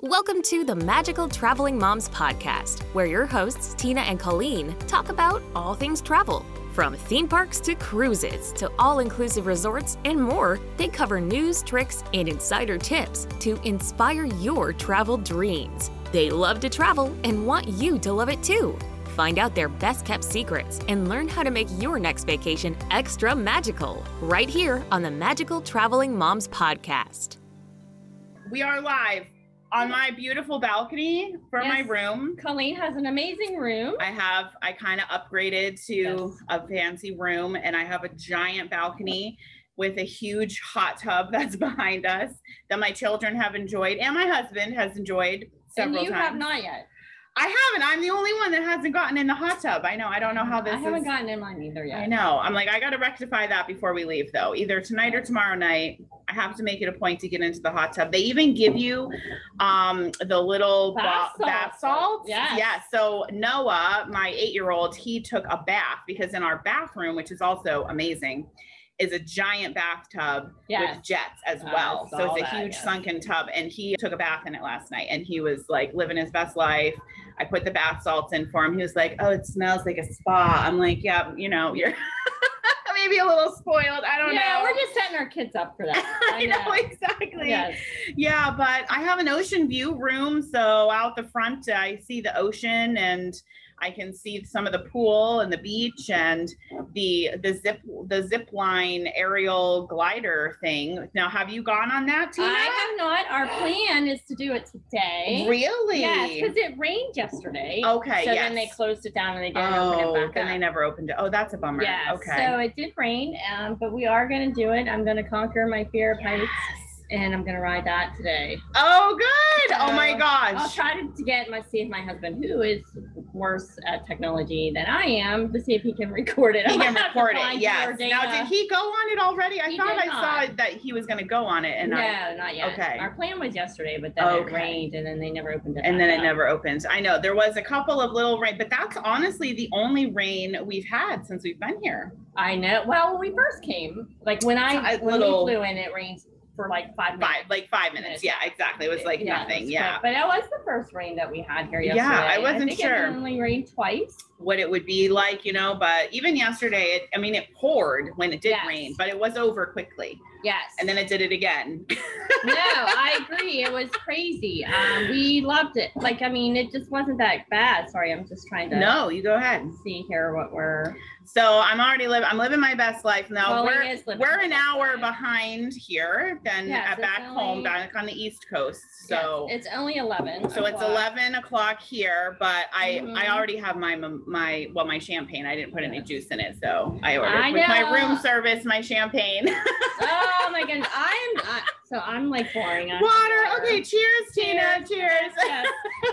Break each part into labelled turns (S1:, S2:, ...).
S1: Welcome to the Magical Traveling Moms podcast, where your hosts, Tina and Colleen, talk about all things travel. From theme parks to cruises to all inclusive resorts and more, they cover news, tricks, and insider tips to inspire your travel dreams. They love to travel and want you to love it too. Find out their best kept secrets and learn how to make your next vacation extra magical right here on the Magical Traveling Moms podcast.
S2: We are live on my beautiful balcony for my
S3: Yes.
S2: room.
S3: Colleen has an amazing room.
S2: I have, I kind of upgraded to
S3: Yes.
S2: a fancy room and I have a giant balcony with a huge hot tub that's behind us that my children have enjoyed and my husband has enjoyed
S3: And
S2: several
S3: you
S2: times.
S3: have not yet.
S2: I haven't. I'm the only one that hasn't gotten in the hot tub. I know. I don't know how this
S3: I haven't
S2: is.
S3: gotten in mine either yet.
S2: I know. I'm like, I got to rectify that before we leave, though. Either tonight or tomorrow night, I have to make it a point to get into the hot tub. They even give you um, the little
S3: Bath
S2: ba- bath
S3: salts.
S2: salts.
S3: Yes.
S2: Yeah. So Noah, my eight-year-old, he took a bath because in our bathroom, which is also amazing, is a giant bathtub
S3: Yes.
S2: with jets as
S3: Oh, I
S2: well. So
S3: saw
S2: it's a
S3: that,
S2: huge
S3: yes.
S2: sunken tub. And he took a bath in it last night and he was like living his best life. I put the bath salts in for him. He was like, Oh, it smells like a spa. I'm like, Yeah, you know, you're maybe a little spoiled. I don't
S3: yeah,
S2: know.
S3: we're just setting our kids up for that.
S2: I know exactly.
S3: Yes.
S2: Yeah, but I have an ocean view room. So out the front, I see the ocean and I can see some of the pool and the beach and the the zip the zip line aerial glider thing. Now, have you gone on that, Tina?
S3: I have not. Our plan is to do it today.
S2: Really?
S3: Yes, because it rained yesterday.
S2: Okay,
S3: So
S2: yes.
S3: then they closed it down and they didn't
S2: Oh,
S3: open it back
S2: then
S3: up.
S2: they never opened it. Oh, that's a bummer.
S3: Yes.
S2: Okay.
S3: So it did rain, um, but we are going to do it. I'm going to conquer my fear of heights and I'm going to ride that today.
S2: oh, good. oh my
S3: So, I'll
S2: gosh.
S3: try to get my see if my husband, who is worse at technology than I am, to see if he can record it.
S2: he
S3: I'll
S2: can
S3: have to
S2: record it.
S3: find
S2: Yes.
S3: your
S2: Now,
S3: data.
S2: did he go on it already? I
S3: He
S2: thought
S3: did
S2: I saw
S3: not.
S2: that he was going to go on it, and
S3: no,
S2: I
S3: not yet.
S2: okay.
S3: Our plan was yesterday, but then
S2: Okay.
S3: it rained, and then they never opened it.
S2: and then
S3: back
S2: it
S3: up.
S2: never opens. I know there was a couple of little rain, but that's honestly the only rain we've had since we've been here.
S3: I know. Well, when we first came, like when I
S2: A
S3: when
S2: little-
S3: we flew in, it rained for like five minutes.
S2: Five, like five minutes. Yeah, exactly. It was like
S3: Yeah, it
S2: nothing.
S3: was
S2: Yeah,
S3: quick. But that was the first rain that we had here
S2: Yeah,
S3: yesterday.
S2: I wasn't
S3: think
S2: sure.
S3: It only rained twice.
S2: what it would be like, you know. But even yesterday, it, I mean, it poured when it did
S3: Yes.
S2: rain, but it was over quickly,
S3: Yes.
S2: and then it did it again.
S3: no, I agree. It was crazy. Um, we loved it. Like, I mean, it just wasn't that bad. Sorry, I'm just trying to
S2: No, you go ahead.
S3: see here what we're.
S2: So I'm already living. I'm living my best life now.
S3: Colleen
S2: We're
S3: is living
S2: we're
S3: her
S2: an
S3: best
S2: hour
S3: life.
S2: behind here than
S3: Yes,
S2: at
S3: it's
S2: back home,
S3: only-
S2: back on the East Coast. So
S3: Yes, it's only eleven.
S2: So it's
S3: o'clock.
S2: eleven o'clock here, but I I
S3: Mhm.
S2: already have my mim- my well my champagne. I didn't put any juice in it, so I ordered
S3: I
S2: with my
S3: know.
S2: room service my champagne,
S3: Oh my goodness, I am. I, so I'm like boring. I'm
S2: water.
S3: bored.
S2: Okay, cheers, Tina. Cheers.
S3: Yes.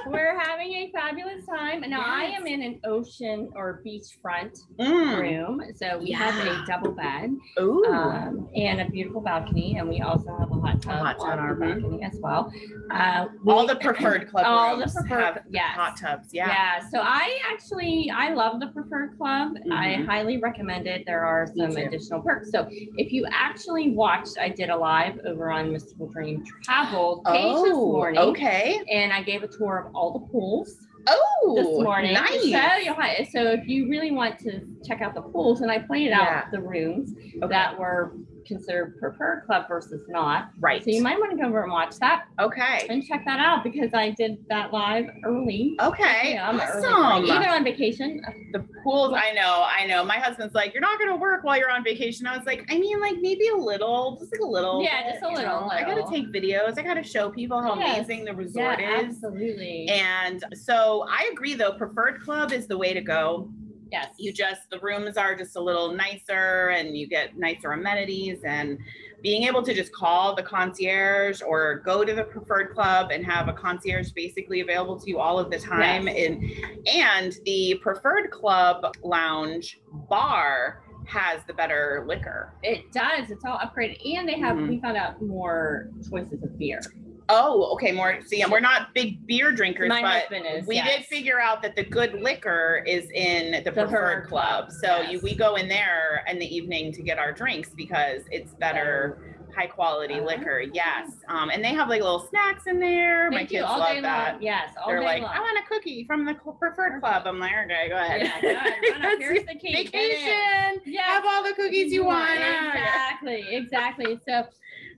S3: We're having a fabulous time. And now I am in an ocean or beachfront
S2: Mm.
S3: room. So we have
S2: Yeah.
S3: a double bed
S2: Ooh.
S3: um, and a beautiful balcony. And we also have a hot tub,
S2: hot tub,
S3: on our
S2: mhm.
S3: balcony as well. Uh,
S2: all
S3: we-
S2: the preferred club
S3: all Oh, the
S2: rooms
S3: preferred-
S2: have
S3: yes.
S2: hot tubs.
S3: yeah.
S2: Yeah.
S3: So I actually I love the preferred club. I
S2: Mhm.
S3: highly recommend it. There are
S2: Me
S3: some
S2: too.
S3: additional perks. So if you actually watched, I did a live over on Mystical Dream Travel page this morning.
S2: Oh, okay.
S3: And I gave a tour of all the pools.
S2: Oh,
S3: this morning.
S2: Nice.
S3: So, you'll hi- so if you really want to check out the pools, and I pointed
S2: Yeah.
S3: out the rooms
S2: Okay.
S3: that were considered preferred club versus not.
S2: right.
S3: So you might want to go over and watch that
S2: okay.
S3: and check that out because I did that live early.
S2: Okay.
S3: Yeah, I'm an early bird.
S2: awesome.
S3: Even on vacation.
S2: the pools i know i know my husband's like you're not gonna work while you're on vacation i was like i mean like maybe a little just like a little
S3: Yeah,
S2: bit,
S3: just a
S2: you
S3: little,
S2: know. i gotta
S3: little.
S2: take videos i gotta show people how
S3: Yes.
S2: amazing the resort
S3: yeah,
S2: is
S3: absolutely.
S2: and so i agree though preferred club is the way to go
S3: yes.
S2: you just the rooms are just a little nicer and you get nicer amenities and being able to just call the concierge or go to the preferred club and have a concierge basically available to you all of the time
S3: Yes.
S2: and and the preferred club lounge bar has the better liquor
S3: it does. It's all upgraded, and they have
S2: Mhm.
S3: we found out more choices of beer.
S2: oh okay more see we're not big beer drinkers
S3: My
S2: but
S3: husband is.
S2: we
S3: yes.
S2: did figure out that the good liquor is in the, preferred,
S3: preferred
S2: club.
S3: club,
S2: So you,
S3: yes.
S2: we go in there in the evening to get our drinks because it's better high quality
S3: Uh-huh.
S2: liquor. Yes. Um, and they have like little snacks in there.
S3: They
S2: My
S3: do
S2: kids
S3: all day
S2: love
S3: long.
S2: that.
S3: Yes, all
S2: They're
S3: day
S2: like, "Ah,
S3: long.
S2: I want a cookie from the cl- preferred club. I'm like, okay, go ahead.
S3: yeah, go ahead, run up, here's the cake. get it.
S2: Vacation.
S3: Yes.
S2: Have all the cookies you want.
S3: Exactly, exactly. So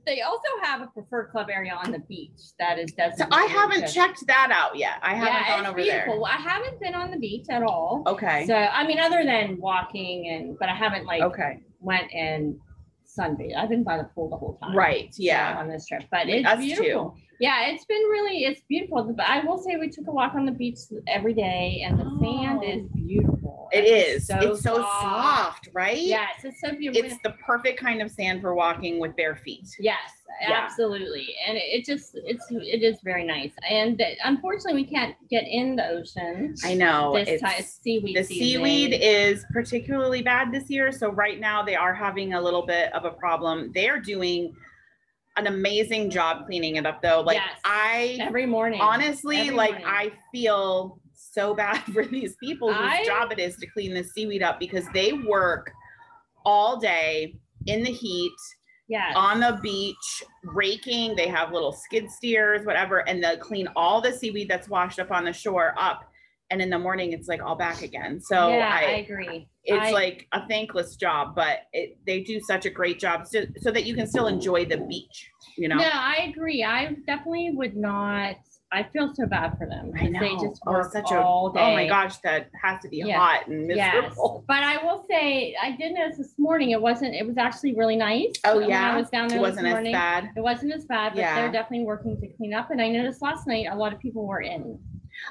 S3: they also have a preferred club area on the beach that is
S2: So
S3: designated.
S2: I haven't
S3: to-
S2: checked that out yet. I haven't
S3: yeah,
S2: gone
S3: it's
S2: over
S3: beautiful. I haven't been on the beach at all.
S2: there. Okay.
S3: So I mean, other than walking and, but I haven't like
S2: okay.
S3: went and sunbathed. I've been by the pool the whole time.
S2: Right.
S3: so,
S2: Yeah.
S3: on this trip, but it's
S2: Us
S3: beautiful. Yeah, it's been really it's beautiful. But I will say we took a walk on the beach every day, and the sand
S2: Oh.
S3: is beautiful.
S2: It
S3: It's
S2: is. it's so soft, right?
S3: Yes, it's so beautiful.
S2: It's the perfect kind of sand for walking with bare feet.
S3: Yes,
S2: Yeah.
S3: absolutely. And it, it just it's it is very nice. And that- unfortunately, we can't get in the ocean.
S2: I know.
S3: This
S2: it's,
S3: time, it's seaweed.
S2: the
S3: season.
S2: seaweed is particularly bad this year. So right now they are having a little bit of a problem. They are doing an amazing job cleaning it up though. Like
S3: Yes.
S2: I
S3: every morning.
S2: honestly,
S3: Every
S2: like
S3: morning.
S2: I feel so bad for these people whose
S3: I-
S2: job it is to clean the seaweed up because they work all day in the heat
S3: Yes.
S2: on the beach raking. They have little skid steers, whatever, and they'll clean all the seaweed that's washed up on the shore up. And in the morning, it's like all back again. So
S3: yeah, I,
S2: I,
S3: agree.
S2: it's
S3: I-
S2: like a thankless job, but it, they do such a great job so, so that you can still enjoy the beach, you know?
S3: No, I agree. I definitely would not. I feel so bad for them.
S2: I
S3: 'cause They
S2: know.
S3: just
S2: Oh,
S3: work
S2: such a-
S3: all day.
S2: Oh my gosh, that has to be
S3: Yeah.
S2: hot and
S3: Yes,
S2: miserable.
S3: but I will say I did notice this morning. It wasn't. It was actually really nice.
S2: Oh,
S3: when
S2: yeah?
S3: I was down there
S2: It
S3: this
S2: wasn't as
S3: morning.
S2: bad.
S3: It wasn't as bad, but
S2: Yeah.
S3: they're definitely working to clean up. And I noticed last night a lot of people were in.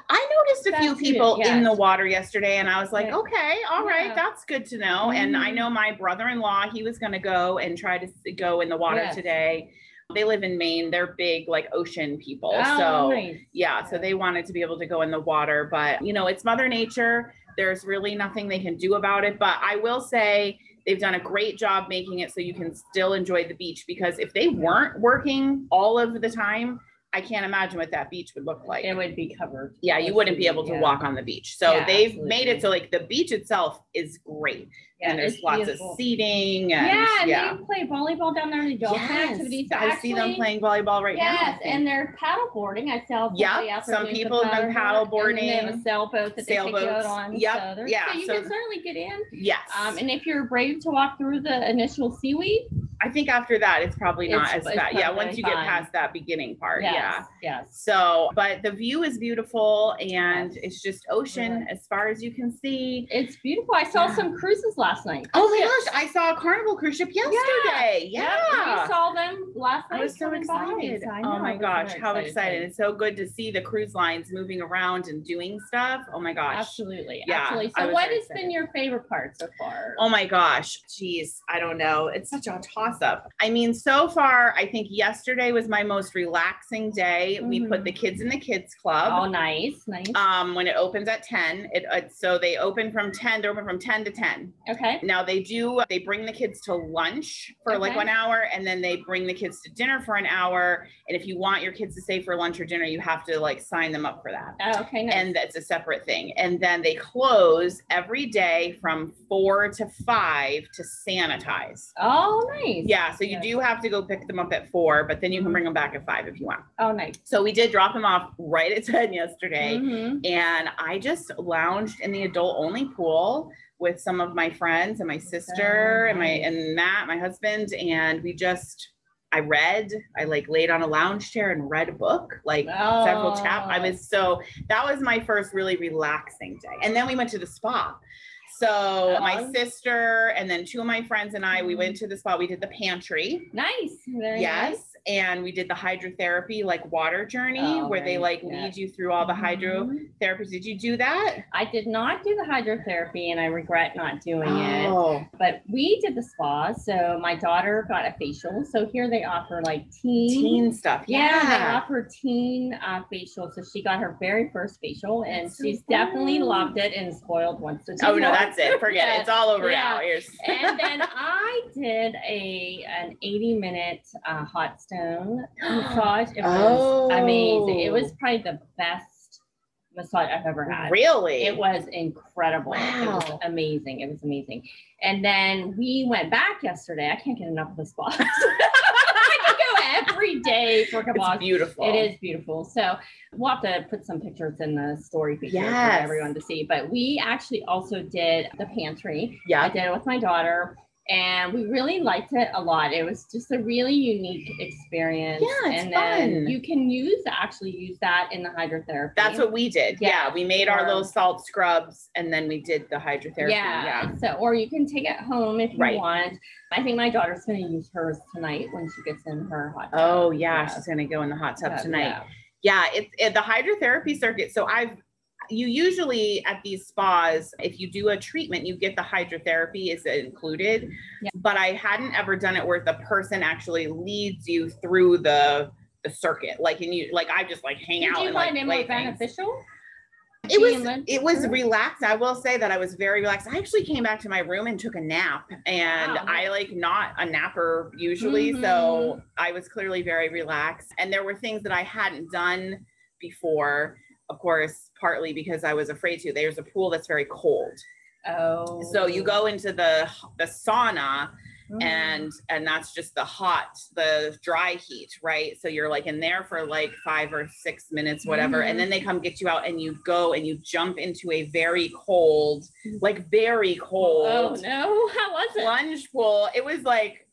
S2: I noticed a few
S3: That's good,
S2: people in the
S3: yes.
S2: water yesterday and I was like,
S3: Yeah.
S2: okay, all right,
S3: Yeah.
S2: that's good to know. And I
S3: Mhm.
S2: know my brother-in-law, he was going to go and try to s- go in the water
S3: Yes.
S2: today. They live in Maine. They're big like ocean people. so
S3: Oh, nice.
S2: yeah, so they wanted to be able to go in the water, but you know, it's mother nature. There's really nothing they can do about it, but I will say they've done a great job making it so you can still enjoy the beach because if they weren't working all of the time, I can't imagine what that beach would look like
S3: it would be covered.
S2: yeah, you
S3: with
S2: wouldn't be
S3: seaweed,
S2: able to
S3: yeah.
S2: walk on the beach. So
S3: Yeah,
S2: they've made it
S3: absolutely.
S2: so like the beach itself is great,
S3: Yeah,
S2: and there's
S3: it's
S2: lots
S3: beautiful.
S2: of seating. And,
S3: yeah,
S2: yeah,
S3: and they play volleyball down there. and They do all
S2: Yes,
S3: kind of activities. So
S2: I see them
S3: actually-
S2: playing volleyball right now. I
S3: yes,
S2: think.
S3: and they're paddle boarding. I saw.
S2: Yep,
S3: somebody out there
S2: some
S3: doing some
S2: people have been paddle
S3: and then They have
S2: boarding,
S3: a sailboat that they take you out
S2: sailboats.
S3: on.
S2: Yep,
S3: So there's-
S2: yeah,
S3: So you
S2: so-
S3: can certainly get in.
S2: yes,
S3: Um, and if you're brave to walk through the initial seaweed,
S2: I think after that it's probably not
S3: It's-
S2: as
S3: it's
S2: bad. Yeah,
S3: probably
S2: once you get
S3: fine.
S2: past that beginning part,
S3: yes,
S2: yeah.
S3: yes.
S2: So, but the view is beautiful, and
S3: Yes.
S2: it's just ocean as far as you can see.
S3: It's beautiful. I saw
S2: Yeah.
S3: some cruises last night.
S2: Oh my gosh, I saw a carnival cruise ship yesterday.
S3: Yep,
S2: yeah.
S3: we saw them last night.
S2: I was so
S3: coming by.
S2: excited.
S3: So I know,
S2: Oh
S3: I
S2: my
S3: was
S2: gosh,
S3: very
S2: how excited. It's so good to see the cruise lines moving around and doing stuff. Oh my gosh.
S3: Absolutely,
S2: Yeah,
S3: absolutely.
S2: I
S3: So
S2: was
S3: what
S2: very
S3: has been
S2: excited.
S3: your favorite part so far?
S2: Oh my gosh. Geez, I don't know. It's such a toss up. I mean, so far, I think yesterday was my most relaxing day. We put
S3: Mhm.
S2: the kids in the kids club.
S3: Oh, nice, nice.
S2: Um, when it opens at 10, it, uh, so they open from 10, they're open from 10 to 10.
S3: Okay.
S2: Now they do, they bring the kids to lunch for like
S3: Okay.
S2: one hour and then they bring the kids to dinner for an hour. And if you want your kids to stay for lunch or dinner, you have to like sign them up for that.
S3: Oh, okay, nice.
S2: and that's a separate thing. And then they close every day from four to five to sanitize.
S3: oh, nice.
S2: Yeah, so you
S3: Yes.
S2: do have to go pick them up at four, but then you can bring them back at five if you want.
S3: Oh, nice.
S2: So we did drop them off right at 10 yesterday.
S3: Mhm.
S2: And I just lounged in the adult only pool with some of my friends and my sister and my
S3: nice.
S2: and Matt, my husband, and we just I read, I like laid on a lounge chair and read a book. Like several tap. I
S3: Oh.
S2: was so that was my first really relaxing day. And then we went to the spa. So my
S3: Oh.
S2: sister and then two of my friends and I, we went
S3: Mm-hmm.
S2: to the spa. We did the pantry.
S3: nice. Very nice.
S2: Yes. And we did the hydrotherapy, like water journey,
S3: Oh,
S2: where they like
S3: right. Yeah.
S2: lead you through all the hydrotherapies.
S3: Mhm.
S2: Did you do that?
S3: I did not do the hydrotherapy, and I regret not doing it.
S2: Oh,
S3: But we did the spa, so my daughter got a facial. So here they offer like teen,
S2: teen stuff.
S3: Mm-hmm. yeah, they
S2: Yeah.
S3: offer teen uh, facial. So she got her very first facial, and
S2: That's so
S3: she's definitely
S2: fun.
S3: loved it and spoiled once. the
S2: Oh
S3: two
S2: no,
S3: more.
S2: that's it. Forget it.
S3: Yeah.
S2: It's all over
S3: Yeah.
S2: now. Here's
S3: and then I did a an 80 minute uh, hot stone massage. It was amazing. It
S2: Oh.
S3: was probably the best massage I've ever had.
S2: really
S3: It was incredible. It
S2: Wow.
S3: was amazing. It was amazing. And then we went back yesterday. I can't get enough of the spa. every day for
S2: It's
S3: Kabak.
S2: beautiful.
S3: It is beautiful. So we'll have to put some pictures in the story feature
S2: Yes.
S3: for everyone to see. But we actually also did the pantry. I
S2: Yeah.
S3: did it with my daughter, and we really liked it a lot. It was just a really unique experience.
S2: Yeah, it's
S3: and then
S2: fun.
S3: you can use actually use that in the hydrotherapy.
S2: That's what we did. Yeah.
S3: Yeah.
S2: We made our
S3: Or-
S2: little salt scrubs and then we did the hydrotherapy.
S3: Yeah.
S2: Yeah.
S3: So, or you can take it home if you
S2: Right.
S3: want. I think my daughter's going to use hers tonight when she gets in her hot tub.
S2: Oh yeah,
S3: Yeah.
S2: she's gonna go in the hot tub
S3: But,
S2: tonight.
S3: yeah.
S2: Yeah, it's it, the hydrotherapy circuit. So I've you usually at these spas, if you do a treatment, you get the hydrotherapy is included.
S3: Yeah.
S2: But I hadn't ever done it where the person actually leads you through the the circuit, like and you like I just like hang
S3: Did
S2: out
S3: you
S2: and
S3: find
S2: like
S3: it
S2: play
S3: more
S2: things.
S3: beneficial?
S2: It
S3: Being
S2: was
S3: led
S2: it was
S3: through?
S2: relaxed. I will say that I was very relaxed. I actually came back to my room and took a nap, and
S3: Wow. Mm-hmm.
S2: I like not a napper usually, so I was clearly very relaxed. And there were things that I hadn't done before, of course, partly because I was afraid to. There's a pool that's very cold,
S3: Oh.
S2: so you go into the the sauna,
S3: Mm.
S2: and and that's just the hot the dry heat right so you're like in there for like five or six minutes whatever
S3: Mhm.
S2: and then they come get you out and you go and you jump into a very cold like very cold
S3: Oh no! How was it?
S2: plunge pool it was like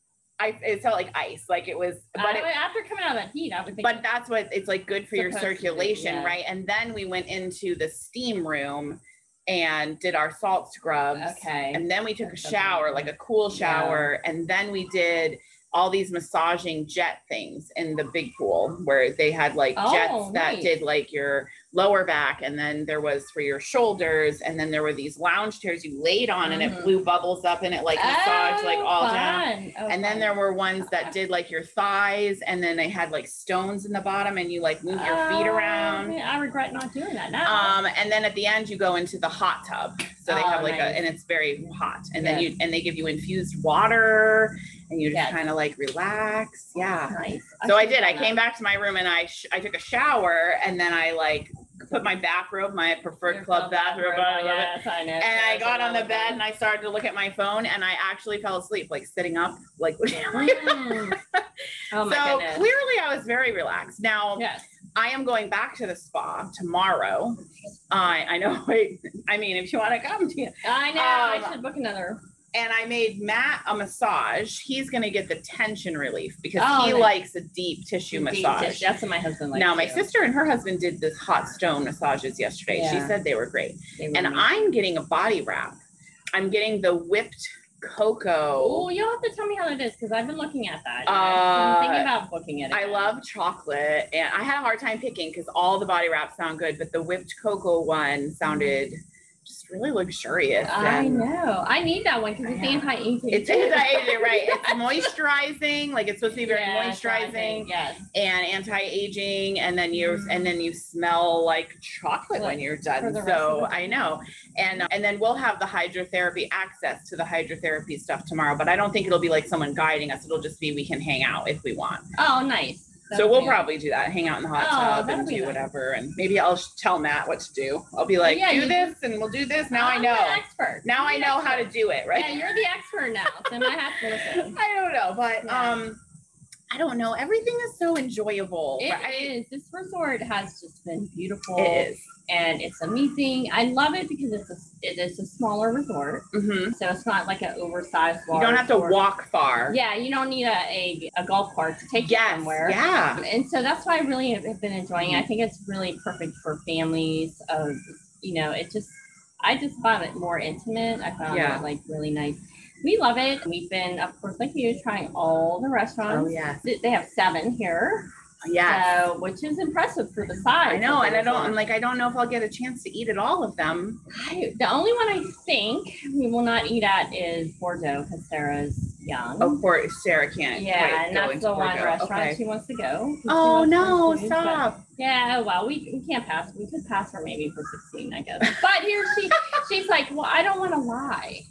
S2: i it felt like ice like it was but
S3: I
S2: it
S3: would- after coming out of that heat, I would think.
S2: but that's what it's like good for your
S3: Supposed to be,
S2: circulation,
S3: yeah.
S2: right? And then we went into the steam room and did our salt scrubs.
S3: Okay.
S2: And then we took a
S3: That's
S2: shower,
S3: amazing.
S2: like a cool
S3: Yeah.
S2: shower. And then we did all these massaging jet things in the big pool where they had like
S3: Oh,
S2: jets that
S3: nice.
S2: did like your lower back and then there was for your shoulders and then there were these lounge chairs you laid on and
S3: Mhm.
S2: it blew bubbles up and it like massaged like
S3: Oh,
S2: all down
S3: fun. Oh,
S2: and then
S3: fun.
S2: there were ones that did like your thighs, and then they had like stones in the bottom, and you like move your feet
S3: Oh,
S2: around.
S3: man, I regret not doing that now.
S2: Um, and then at the end, you go into the hot tub. So they
S3: Oh,
S2: have like
S3: nice.
S2: a, and it's very hot. And then
S3: Yes.
S2: you, and they give you infused water, and you just
S3: Yes.
S2: kind of like relax. Yeah.
S3: nice.
S2: So I
S3: should've
S2: did. I
S3: done
S2: came
S3: that.
S2: back to my room and I sh- I took a shower, and then I like put my bathrobe, my preferred
S3: Your
S2: club bathrobe. on. I love it.
S3: Yes, I know.
S2: And I got on the bed and
S3: I.
S2: I started to look at my phone, and I actually fell asleep, like sitting up, like.
S3: Mm. Oh my
S2: so
S3: goodness.
S2: clearly I was very relaxed. Now
S3: Yes.
S2: I am going back to the spa tomorrow. I I know I, I mean if you want to come to you.
S3: I know. I
S2: Um,
S3: should book another.
S2: And I made Matt a massage. He's gonna get the tension relief because
S3: Oh,
S2: he
S3: nice.
S2: likes a deep tissue
S3: deep dish.
S2: massage.
S3: That's what my husband likes.
S2: now my
S3: too.
S2: sister and her husband did this hot stone massages yesterday. She
S3: Yeah. Mm-hmm.
S2: said they were great.
S3: They were
S2: And
S3: amazing.
S2: I'm getting a body wrap. I'm getting the whipped cocoa.
S3: Oh, you'll have to tell me how it is because I've been looking at that. and I'm thinking
S2: Uh,
S3: about booking it.
S2: I
S3: again.
S2: love chocolate, and I had a hard time picking because all the body wraps sound good, but the whipped cocoa one sounded just really luxurious.
S3: I
S2: and
S3: know. I need that one because it's
S2: I know.
S3: anti-aging.
S2: It's anti-aging, right? It's moisturizing, like it's supposed to be very
S3: Yeah, it's
S2: moisturizing
S3: Yes.
S2: and anti-aging, and then you
S3: Mhm.
S2: and then you smell like chocolate when you're
S3: for
S2: done.
S3: the rest of
S2: So
S3: the
S2: I know, and and then we'll have the hydrotherapy access to the hydrotherapy stuff tomorrow, but I don't think it'll be like someone guiding us. It'll just be we can hang out if we want.
S3: Oh, nice.
S2: So we'll
S3: Definitely.
S2: probably do that, hang out in the hot
S3: Oh,
S2: tub
S3: that'll
S2: and
S3: be
S2: do
S3: nice.
S2: whatever. And maybe I'll sh- tell Matt what to do. I'll be like,
S3: Yeah,
S2: do
S3: you- Oh,
S2: this and we'll do this. Now I
S3: I'm
S2: know.
S3: the expert.
S2: Now
S3: You're
S2: I
S3: the
S2: know how to
S3: expert.
S2: do it, right?
S3: Yeah, you're the expert now, so I have to listen.
S2: I don't know, but
S3: Yeah.
S2: um, I don't know. Everything is so enjoyable.
S3: It is.
S2: right?
S3: This resort has just been beautiful,
S2: It is.
S3: and it's amazing. I love it because it's a it is a smaller resort,
S2: Mhm.
S3: so it's not like an oversized.
S2: You don't
S3: large
S2: have to
S3: resort.
S2: walk far.
S3: Yeah, you don't need a a, a golf cart to take you
S2: Yes.
S3: somewhere.
S2: Yeah.
S3: And so that's why I really have been enjoying it. I think it's really perfect for families. Of you know, it just I just found it more intimate. I found
S2: Yeah.
S3: it like really nice. We love it. We've been, of course, like you, trying all the
S2: Oh
S3: restaurants.
S2: yes.
S3: They- They have seven here,
S2: Yes.
S3: so, which is impressive for the size.
S2: I know,
S3: of the
S2: and I don't.
S3: resort.
S2: I'm like, I don't know if I'll get a chance to eat at all of them.
S3: I, the only one I think we will not eat at is Bordeaux because Sarah's young.
S2: Of course, Sarah can't.
S3: yeah,
S2: quite
S3: and
S2: go
S3: that's
S2: into
S3: the one
S2: Bordeaux.
S3: restaurant
S2: Okay.
S3: she wants to go. She
S2: Oh
S3: loves
S2: no!
S3: food, but-
S2: Stop.
S3: Yeah, well, we, we can't pass. We could pass her maybe for 16, I guess. But here she she's like, well, I don't want to lie.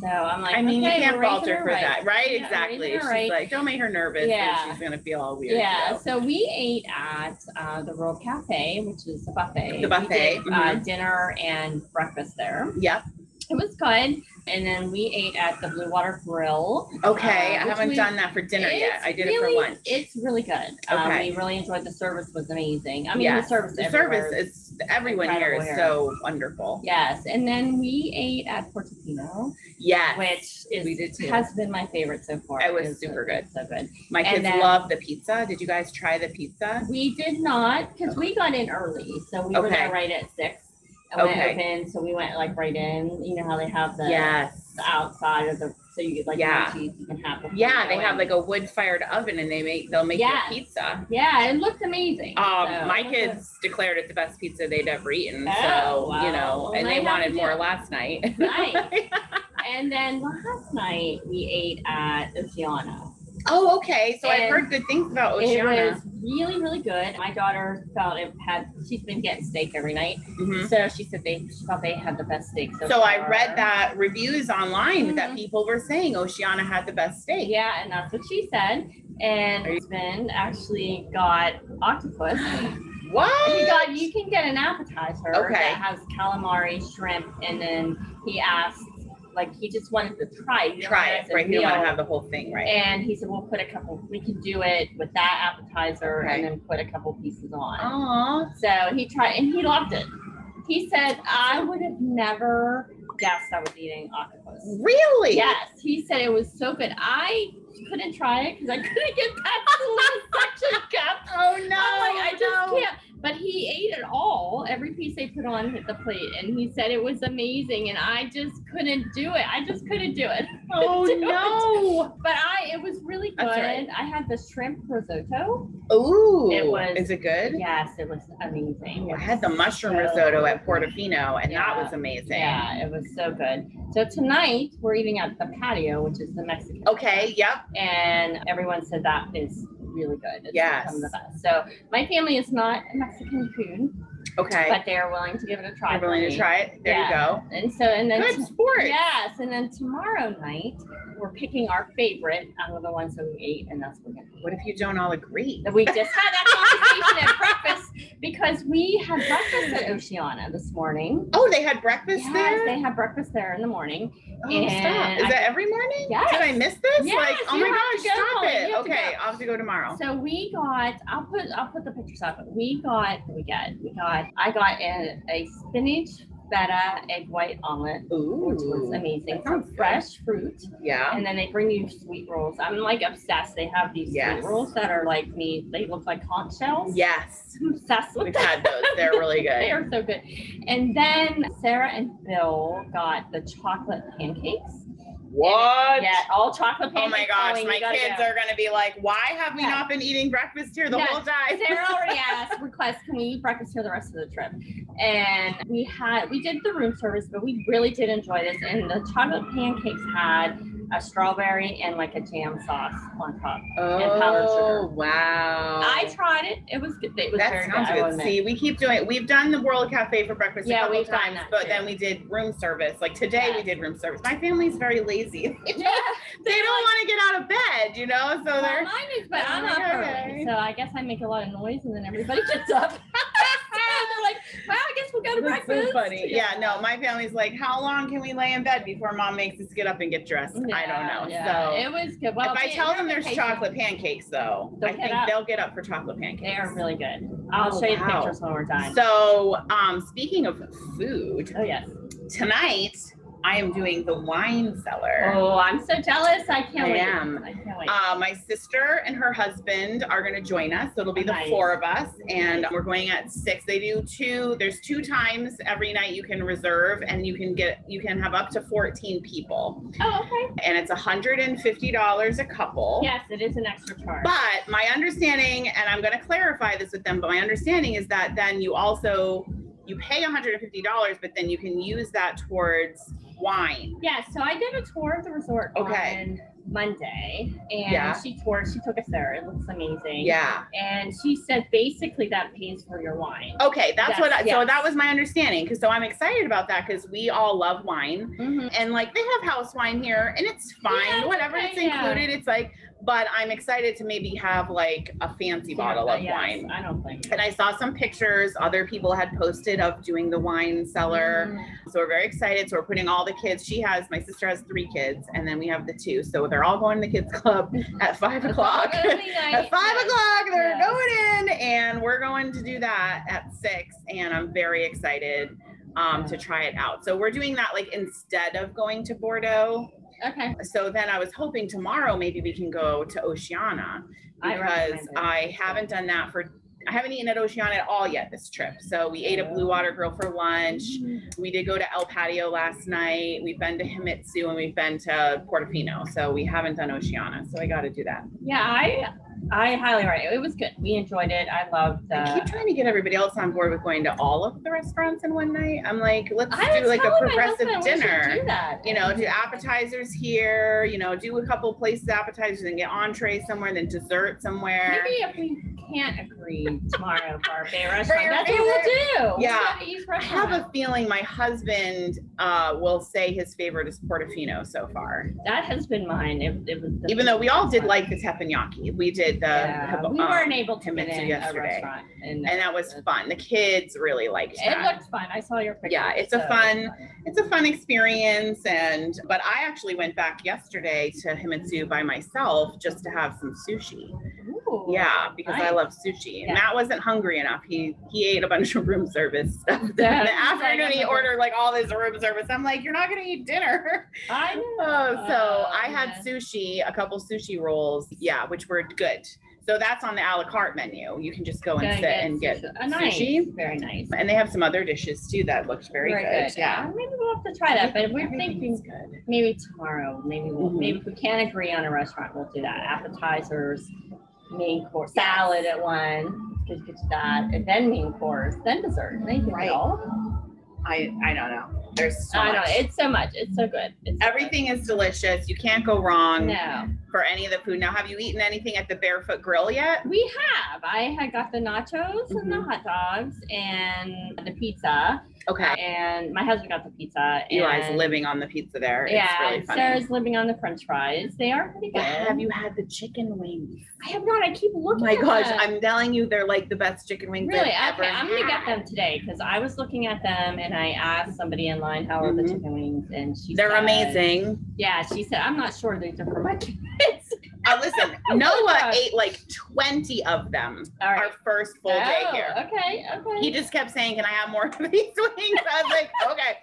S3: So I'm like,
S2: I mean,
S3: okay,
S2: you can't
S3: we're raising
S2: fault her
S3: her
S2: for
S3: right.
S2: that, right?
S3: Yeah,
S2: exactly.
S3: raising her
S2: She's
S3: right.
S2: like, don't make her nervous. Yeah,
S3: Yeah.
S2: she's gonna feel all weird.
S3: Yeah,
S2: you
S3: so we ate at uh, the Royal Cafe, which is the buffet.
S2: The
S3: We did,
S2: buffet,
S3: uh,
S2: mhm.
S3: dinner and breakfast there.
S2: know? Yep.
S3: it was good. And then we ate at the Blue Water Grill.
S2: Okay,
S3: uh,
S2: I
S3: which
S2: haven't
S3: was-
S2: done that for dinner yet.
S3: It's
S2: I did
S3: really,
S2: it for lunch.
S3: It's really good. Um,
S2: Okay.
S3: we really enjoyed the service. Was amazing. I mean,
S2: Yes,
S3: the service.
S2: the
S3: everywhere
S2: service is everyone here
S3: incredible
S2: is
S3: here.
S2: so wonderful.
S3: Yes, and then we ate at Portofino,
S2: Yes,
S3: which is
S2: we did too.
S3: has been my favorite so far.
S2: It was
S3: It's so-
S2: super good.
S3: So good.
S2: My
S3: and
S2: kids
S3: then-
S2: love the pizza. Did you guys try the pizza?
S3: We did not because we got in early, so we were
S2: Okay.
S3: there right at six. And when
S2: Okay.
S3: it opened, so we went like right in. You know how they have the
S2: Yes.
S3: the outside of the so you could like
S2: Yeah.
S3: mac and cheese you can have. before
S2: Yeah,
S3: you
S2: they
S3: go
S2: have
S3: in.
S2: like a wood fired oven and they make they'll make
S3: Yes.
S2: your pizza.
S3: yeah, it looked amazing.
S2: Um,
S3: so
S2: my
S3: it was a-
S2: kids declared it the best pizza they'd ever eaten. so
S3: Oh, wow.
S2: you know,
S3: Well,
S2: and
S3: they
S2: they
S3: have
S2: wanted
S3: to
S2: more
S3: do it.
S2: last night.
S3: Nice. and then last night we ate at Oceana.
S2: oh, okay. So I've
S3: And
S2: heard good things about
S3: It
S2: Oceana.
S3: was really, really good. My daughter felt it had, she's been getting steak every night.
S2: Mhm.
S3: So she said they, she thought they had the best steak. So,
S2: So I
S3: far.
S2: read that reviews online that
S3: Mhm.
S2: people were saying Oceana had the best steak.
S3: Yeah, and that's what she said. And
S2: Are you-
S3: husband actually got octopus.
S2: What?
S3: He got, you can get an appetizer
S2: Okay.
S3: that has calamari, shrimp, and then he asked, like, he just wanted to try. He didn't
S2: try
S3: want
S2: it.
S3: as a
S2: Right. You want
S3: meal.
S2: to have the whole thing, right?
S3: And he said, we'll put a couple, we can do it with that appetizer
S2: Okay.
S3: and then put a couple pieces on. uh-huh.
S2: Aw.
S3: So he tried and he loved it. He said, I would have never guessed I was eating octopus.
S2: Really?
S3: Yes, he said it was so good. I couldn't try it because I couldn't get past the little section cup.
S2: Oh no.
S3: I'm like, I just
S2: no.
S3: can't. But he ate it all, every piece they put on the plate, and he said it was amazing. And I just couldn't do it. I just couldn't do it.
S2: Oh
S3: do it.
S2: no.
S3: But I, it was really good.
S2: That's all right.
S3: I had the shrimp risotto.
S2: Ooh.
S3: It was-
S2: Is it good?
S3: Yes, it was
S2: Ooh,
S3: amazing.
S2: Oh, I had the mushroom
S3: So-
S2: risotto at Portofino and that
S3: Yeah.
S2: was amazing.
S3: Yeah, it was so good. So tonight we're eating at the patio, which is the Mexican.
S2: Okay, yep.
S3: And everyone said that is really good. It's
S2: Yes.
S3: become the best. So my family is not Mexican food,
S2: Okay.
S3: but they're willing to give it a try.
S2: I'm willing
S3: for
S2: to
S3: me.
S2: try it. There you
S3: And so and
S2: go.
S3: then
S2: Good sport.
S3: yes, and then tomorrow night we're picking our favorite out of the ones that we ate, and that's what we're gonna eat.
S2: What if you don't all agree?
S3: That we just had that conversation at breakfast because we had breakfast at Oceana this morning.
S2: Oh, they had breakfast
S3: yes,
S2: there?
S3: they have breakfast there in the morning.
S2: oh,
S3: and
S2: stop. Is
S3: I-
S2: that every morning?
S3: Yes.
S2: Did I miss this?
S3: Yes,
S2: like, oh my
S3: you have
S2: gosh,
S3: to go,
S2: stop
S3: Colleen,
S2: it.
S3: you have to
S2: Okay,
S3: go.
S2: I'll have to go tomorrow.
S3: So we got, I'll put, I'll put the pictures up. but We got, we got, we got, I got a, a spinach feta egg white omelet, which was
S2: Ooh.
S3: amazing.
S2: that
S3: From
S2: sounds good.
S3: fresh fruit,
S2: Yeah.
S3: and then they bring you sweet rolls. I'm like obsessed. They have these
S2: Yes.
S3: sweet rolls that are like me. They look like conch shells.
S2: Yes.
S3: I'm obsessed with
S2: We've
S3: that.
S2: had those. They're really
S3: They
S2: good.
S3: are so good. And then Sarah and Bill got the chocolate pancakes.
S2: What?
S3: Yeah, all chocolate pancakes.
S2: Oh my gosh,
S3: Colleen, you
S2: my
S3: gotta
S2: kids
S3: go.
S2: are gonna be like, why have we
S3: Yeah.
S2: not been eating breakfast here the
S3: Yeah.
S2: whole time?
S3: Sarah already asked, request, can we eat breakfast here the rest of the trip? And we had, we did the room service, but we really did enjoy this. And the chocolate pancakes had a strawberry and like a jam sauce on top. powdered sugar.
S2: Oh wow.
S3: I tried it. It was good. It was
S2: Oh. that
S3: very
S2: sounds
S3: good. I will
S2: good.
S3: admit.
S2: See, we keep doing it. We've done the World Cafe for breakfast
S3: Yeah,
S2: a couple
S3: we've done
S2: times,
S3: that
S2: but
S3: too.
S2: then we did room service. Like today, we
S3: Yeah.
S2: did room service. My family's very lazy.
S3: yeah,
S2: they don't want to get out of bed, you know. So
S3: well,
S2: they're
S3: mine is, but I'm
S2: They're
S3: not
S2: okay.
S3: early, so I guess I make a lot of noise, and then everybody gets up. and they're like, "Wow, I guess we'll go to
S2: That's so
S3: breakfast."
S2: funny. Yeah, no, my family's like, how long can we lay in bed before mom makes us get up and get dressed? I don't
S3: Yeah,
S2: know.
S3: yeah.
S2: So
S3: it was good. Well,
S2: if I
S3: they-
S2: tell them
S3: they're
S2: there's
S3: vacation.
S2: chocolate pancakes, though,
S3: They'll
S2: I
S3: get
S2: think
S3: up.
S2: they'll get up for chocolate pancakes.
S3: They are really good. I'll
S2: Oh,
S3: show you the
S2: wow.
S3: pictures when we're done.
S2: So, um, speaking of food,
S3: oh yes.
S2: tonight I am doing the wine cellar.
S3: Oh, I'm so jealous. I
S2: I
S3: can't wait.
S2: am.
S3: I can't wait.
S2: Uh, my sister and her husband are going to join us. So it'll be the
S3: Nice.
S2: four of us, and we're going at six. They do two. There's two times every night you can reserve, and you can get you can have up to 14 people,
S3: oh, okay.
S2: and it's 150 dollars a couple.
S3: Yes, it is an extra charge.
S2: But my understanding, and I'm going to clarify this with them, but my understanding is that then you also you pay $150, but then you can use that towards wine.
S3: yeah, so I did a tour of the resort
S2: Okay.
S3: on Monday, and
S2: Yeah.
S3: she toured. She took us there. It looks amazing.
S2: Yeah.
S3: And she said basically that pays for your wine.
S2: Okay, that's what. I,
S3: That's-
S2: So
S3: yes.
S2: that was my understanding. Because so I'm excited about that because we all love wine,
S3: Mhm.
S2: and like they have house wine here, and it's fine,
S3: Yeah, it's
S2: whatever
S3: okay,
S2: it's
S3: yeah.
S2: included. It's like But I'm excited to maybe have like a fancy bottle of
S3: Yes,
S2: wine.
S3: I don't think.
S2: And I saw some pictures other people had posted of doing the wine cellar.
S3: Mm-hmm. Mm.
S2: So we're very excited. So we're putting all the kids. She has my sister has three kids, and then we have the two. So they're all going to the kids club at five o'clock. At five o'clock, they're
S3: Yes.
S2: going in, and we're going to do that at six. And I'm very excited um, to try it out. So we're doing that like instead of going to Bordeaux.
S3: Okay.
S2: So then I was hoping tomorrow maybe we can go to Oceana
S3: I recommend
S2: because
S3: it.
S2: I haven't done that for. I haven't eaten at Oceana at all yet this trip. So we ate a
S3: Oh.
S2: Blue Water Grill for lunch. We did go to El Patio last night. We've been to Himitsu and we've been to Portofino. So we haven't done Oceana. So I got to do that.
S3: Yeah, I I highly recommend. It It was good. We enjoyed it. I loved.
S2: I
S3: Uh,
S2: keep trying to get everybody else on board with going to all of the restaurants in one night. I'm like, let's
S3: I
S2: do
S3: was
S2: like a
S3: telling my
S2: progressive
S3: husband we should
S2: dinner.
S3: Do that.
S2: You know, do appetizers here, you know, do a couple places appetizers and get entree somewhere, then dessert somewhere.
S3: Maybe if we can't agree tomorrow for our favorite
S2: For
S3: restaurant,
S2: your
S3: that's what we'll do.
S2: Yeah.
S3: We'll go to each
S2: I have
S3: restaurant.
S2: a feeling my husband uh, will say his favorite is Portofino so far.
S3: that has been mine. It, it was the-
S2: Even though we all did like the teppanyaki, we did the
S3: yeah, we
S2: um,
S3: weren't able to get
S2: Himitsu
S3: in
S2: yesterday.
S3: a restaurant, and,
S2: and that was fun. The kids really liked
S3: It
S2: that.
S3: looked fun. I saw your picture.
S2: Yeah, it's a fun- It's a fun experience, and but I actually went back yesterday to Himitsu by myself just to have some sushi.
S3: Ooh,
S2: Yeah, because I
S3: nice.
S2: love sushi,
S3: Yeah.
S2: and Matt wasn't hungry enough. He he ate a bunch of room service stuff. the
S3: Yeah, he's like,
S2: afternoon,
S3: I'm
S2: he
S3: not
S2: ordered like all this room service. I'm like, you're not gonna eat dinner.
S3: I know.
S2: Oh, so I
S3: yeah.
S2: had sushi, a couple sushi rolls, yeah, which were good. So that's on the a la carte menu. You can just go and
S3: Gonna
S2: sit and get,
S3: sushi. Uh, nice.
S2: sushi.
S3: Very nice.
S2: and they have some other dishes too that looked very, good. Yeah,
S3: Uh, Maybe we'll have to try that, but we're
S2: Everything's
S3: thinking
S2: good.
S3: maybe tomorrow, maybe we'll,
S2: Mhm.
S3: maybe if we can't agree on a restaurant, we'll do that. Appetizers, main course, salad at one, just get to that, and then main course, then dessert. They can
S2: Right.
S3: get all. of it.
S2: I I don't know. There's so
S3: I know
S2: much.
S3: it's so much. It's so good. It's so
S2: Everything is delicious. You can't go
S3: Good.
S2: wrong
S3: No,
S2: for any of the food. Now, have you eaten anything at the Barefoot Grill yet?
S3: we have. I had got the nachos and the
S2: Mm-hmm.
S3: hot dogs and the pizza,
S2: Okay.
S3: and my husband got the pizza.
S2: Eli's
S3: and-
S2: living on the pizza there. it's
S3: Yeah,
S2: really funny.
S3: Sarah's living on the French fries. They are pretty good.
S2: have you had the chicken wings?
S3: I have not. I keep
S2: Oh
S3: looking.
S2: my
S3: at
S2: gosh,
S3: them.
S2: I'm telling you, they're like the best chicken wings
S3: really. Okay,
S2: I've ever
S3: I'm gonna
S2: had.
S3: get them today because I was looking at them and I asked somebody in line how are the
S2: Mhm.
S3: chicken wings and she
S2: They're
S3: said-
S2: amazing.
S3: Yeah, she said I'm not sure these are for my kids.
S2: Uh, listen, Noah ate like 20 of them
S3: All right.
S2: our first full day
S3: Oh,
S2: here.
S3: Okay. Okay.
S2: He just kept saying, Can I have more of these wings? I was like, Okay.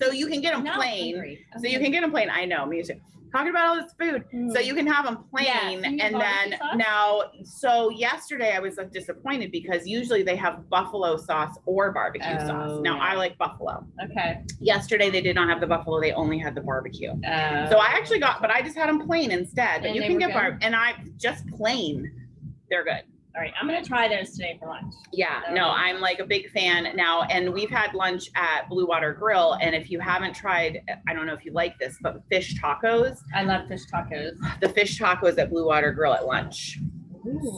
S2: So you can get them
S3: Now I'm
S2: plain.
S3: hungry.
S2: So you
S3: Okay.
S2: can get them plain. I know, me too. Talking about all this food. So
S3: Mm.
S2: you can have them plain,
S3: Yeah, can you
S2: and
S3: barbecue
S2: then
S3: sauce?
S2: now. So yesterday I was like, disappointed because usually they have buffalo sauce or barbecue
S3: Oh,
S2: sauce. Now
S3: yeah.
S2: I like buffalo.
S3: okay.
S2: Yesterday they did not have the buffalo; they only had the barbecue.
S3: Uh,
S2: So I actually got, but I just had them plain instead. But
S3: And
S2: you
S3: they
S2: can
S3: were
S2: get
S3: good?
S2: barb, and I just plain. They're good.
S3: All right. I'm gonna try those today for lunch.
S2: Yeah,
S3: Okay.
S2: no, I'm like a big fan now. And we've had lunch at Blue Water Grill. And if you haven't tried, I don't know if you like this, but fish tacos,
S3: I love fish tacos.
S2: the fish tacos at Blue Water Grill at lunch.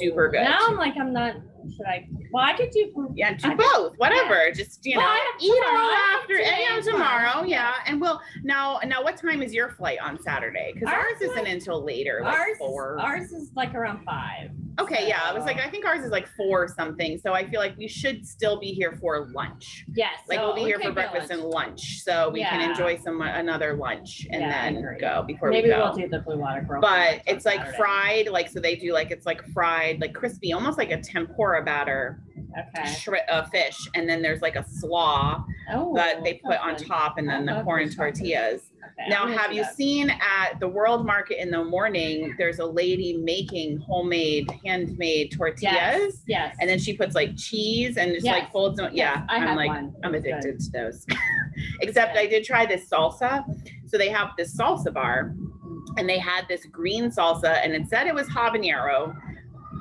S2: Super good.
S3: Now I'm like I'm not. Should I? Well, I could do. For,
S2: Yeah, do
S3: I think-
S2: both, whatever. Just you know,
S3: Well, I have
S2: eat it
S3: tomorrow.
S2: all
S3: I have
S2: after
S3: today
S2: and
S3: and
S2: tomorrow.
S3: tomorrow.
S2: Yeah, and we'll now. Now, what time is your flight on Saturday? Because
S3: Our
S2: ours isn't
S3: flight-
S2: until later, like
S3: Ours,
S2: four.
S3: ours is like around five.
S2: okay, yeah, I was
S3: so-
S2: like, I think ours is like four something. So I feel like we should still be here for lunch.
S3: Yes.
S2: Like
S3: so
S2: we'll be
S3: we
S2: here
S3: could
S2: for
S3: go
S2: breakfast
S3: lunch.
S2: and lunch, so we
S3: Yeah.
S2: can enjoy some uh, another lunch and
S3: Yeah, I
S2: then
S3: agree.
S2: go before
S3: Maybe
S2: we go.
S3: will do the Blue Water Girl.
S2: but it's like
S3: Friday.
S2: fried, like so they do like it's like fried, like crispy, almost like a tempura batter
S3: Okay.
S2: shri- uh, fish, and then there's like a slaw.
S3: Oh.
S2: that they put on
S3: okay.
S2: top and then
S3: I
S2: the
S3: love
S2: corn and
S3: those tacos.
S2: tortillas.
S3: Okay,
S2: Now,
S3: I'm gonna
S2: have
S3: do
S2: you
S3: that.
S2: seen at the World Market in the morning, there's a lady making homemade, handmade tortillas?
S3: Yes. Yes.
S2: And then she puts like cheese and just like
S3: Yes.
S2: folds them.
S3: Yes,
S2: Yeah,
S3: I
S2: I'm
S3: have
S2: like,
S3: one.
S2: I'm
S3: It's good.
S2: addicted to those. Except
S3: good.
S2: I did try this salsa. So they have this salsa bar and they had this green salsa and it said it was habanero.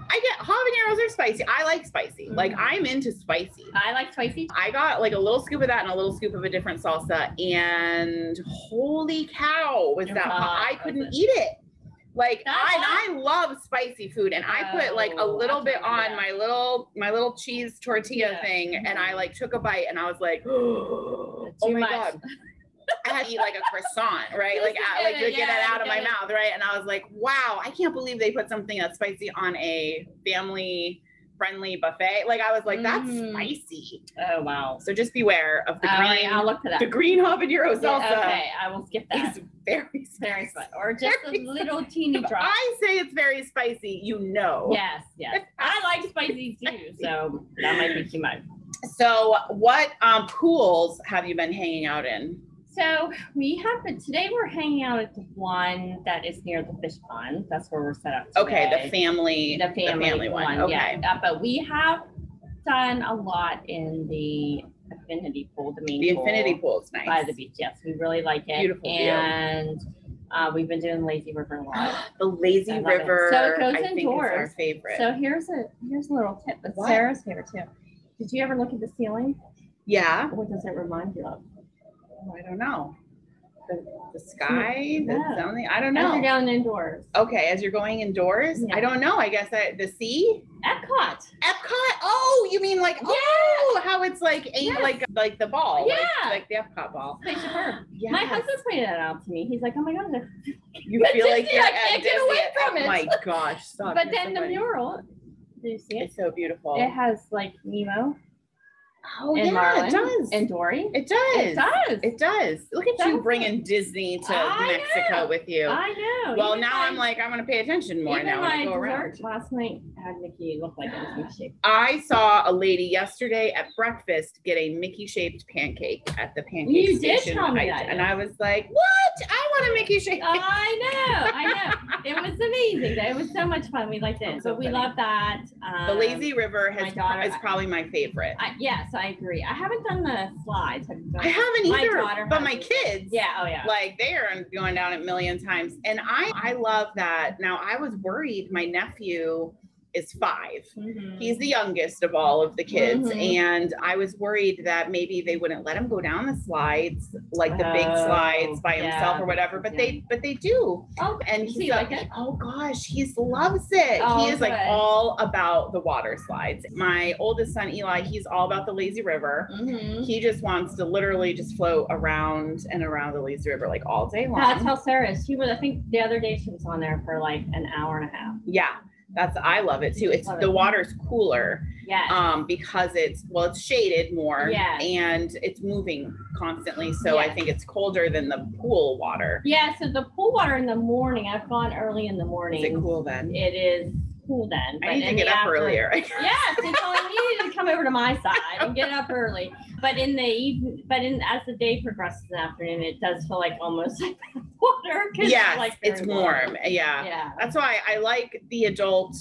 S2: I get habaneros are spicy. I like spicy. Like
S3: Mhm.
S2: I'm into spicy.
S3: I like spicy.
S2: I got like a little scoop of that and a little scoop of a different salsa, and holy cow, was
S3: It
S2: that
S3: was
S2: hot.
S3: hot,
S2: I couldn't
S3: was it?
S2: eat it. Like
S3: That
S2: I, and I love spicy food, and I put like a
S3: Oh,
S2: little
S3: I
S2: bit
S3: totally
S2: on
S3: get it.
S2: my little my little cheese tortilla
S3: Yeah. Mm-hmm.
S2: thing, and I like took a bite, and I was like,
S3: Too
S2: oh my
S3: much.
S2: god, I had to eat like a croissant, right?
S3: This
S2: Like,
S3: is
S2: I, like
S3: good,
S2: to get
S3: yeah,
S2: it out of
S3: I
S2: my
S3: get it.
S2: mouth, right? And I was like, wow, I can't believe they put something that's spicy on a family friendly buffet. Like, I was like, that's
S3: Mm.
S2: spicy.
S3: Oh wow.
S2: So just beware of the
S3: All right,
S2: green.
S3: I'll look for that.
S2: the green habanero
S3: Yeah,
S2: salsa
S3: okay, I will skip that.
S2: is very
S3: Very
S2: spicy.
S3: fun. Or just a
S2: Very
S3: little teeny
S2: If
S3: drop.
S2: I say it's very spicy, you know.
S3: Yes, yes. I like spicy too, so that might be too much.
S2: So, what um, pools have you been hanging out in?
S3: So we have been today. We're hanging out at the one that is near the fish pond. That's where we're set up.
S2: Okay,
S3: today.
S2: the family,
S3: the family, one.
S2: Okay.
S3: Yeah, Uh, but we have done a lot in the affinity pool, the main
S2: The
S3: pool
S2: infinity pool is nice.
S3: by the beach. Yes, we really like it.
S2: Beautiful view.
S3: and uh, we've been doing lazy river a lot.
S2: The lazy
S3: I love it.
S2: river.
S3: So it goes
S2: I think is our
S3: indoors.
S2: favorite.
S3: so here's a here's a little tip. That's
S2: What?
S3: Sarah's favorite too. Did you ever look at the ceiling?
S2: yeah.
S3: What does it remind you of?
S2: Oh, I don't know. The, the sky, the
S3: Yeah.
S2: something. I don't
S3: As you're
S2: know.
S3: down indoors.
S2: Okay, as you're going indoors,
S3: Yeah.
S2: I don't know. I guess I, the sea,
S3: Epcot.
S2: Epcot. Oh, you mean like oh, how it's like aim,
S3: Yes.
S2: like like the ball, like-
S3: Yeah.
S2: like, the Epcot ball.
S3: Spaceship Earth.
S2: Yeah,
S3: My husband's pointed that out to me. He's like, "Oh my god, they're
S2: you
S3: But
S2: feel like
S3: Disney,
S2: you're
S3: I
S2: at
S3: can't get away
S2: Disney.
S3: from it.
S2: Oh my gosh, stop.
S3: But
S2: you're
S3: then
S2: so
S3: the
S2: funny.
S3: mural, do you see it?
S2: It's so beautiful.
S3: It has like Nemo
S2: oh
S3: and
S2: yeah,
S3: Marlin
S2: it does.
S3: and Dory.
S2: it does.
S3: It does.
S2: It does. Look at
S3: Does
S2: you
S3: it?
S2: bringing Disney to
S3: I
S2: Mexico
S3: know.
S2: with you.
S3: I know.
S2: well,
S3: even
S2: now
S3: my-
S2: I'm like I'm gonna pay attention more
S3: even
S2: now when
S3: my
S2: I go around.
S3: dessert last night had Mickey look like it was in shape.
S2: I saw a lady yesterday at breakfast get a Mickey shaped pancake at the pancake
S3: You did
S2: station.
S3: tell me
S2: I-
S3: that. Uh,
S2: and I was like, "What? I want a Mickey shape."
S3: I know. I know. It was amazing. It was so much fun. We liked it.
S2: Oh, so
S3: but we
S2: funny.
S3: love that. Um,
S2: the Lazy River has
S3: my daughter-
S2: is probably my favorite.
S3: I, yes, I agree. I haven't done the slides. Have you done
S2: I haven't
S3: my
S2: either,
S3: daughter
S2: but
S3: has
S2: my
S3: it.
S2: kids,
S3: Yeah. Oh, yeah.
S2: like they are going down a million times. And I, I love that. Now I was worried my nephew is five.
S3: Mhm.
S2: He's the youngest of all of the kids,
S3: Mhm.
S2: and I was worried that maybe they wouldn't let him go down the slides, like the big
S3: Oh,
S2: slides by
S3: yeah.
S2: himself or whatever. But
S3: Yeah.
S2: they, but they do,
S3: Oh,
S2: and
S3: Does
S2: he's
S3: he
S2: like,
S3: like it?
S2: oh gosh, he loves it.
S3: Oh,
S2: he is like
S3: good.
S2: all about the water slides. My oldest son Eli, he's all about the lazy river.
S3: mhm.
S2: He just wants to literally just float around and around the lazy river like all day long.
S3: That's how Sarah is. She was, I think, the other day she was on there for like an hour and a half.
S2: yeah, that's I love it too. It's
S3: Love
S2: the
S3: it.
S2: water's cooler.
S3: Yes.
S2: um, because it's well, it's shaded more,
S3: Yes.
S2: and it's moving constantly. So I
S3: Yes.
S2: think it's colder than the pool water.
S3: Yeah, so the pool water in the morning, I've gone early in the morning.
S2: Is it cool then?
S3: It is cool then. but
S2: I need to
S3: in
S2: get
S3: the
S2: up
S3: after-
S2: earlier.
S3: Yes, it's all you need to come over to my side and get up early. But in the evening, but in as the day progresses in the afternoon, it does feel like almost like water. 'cause
S2: yes,
S3: like
S2: it's
S3: very
S2: warm. Yeah.
S3: Yeah.
S2: that's why I like the adult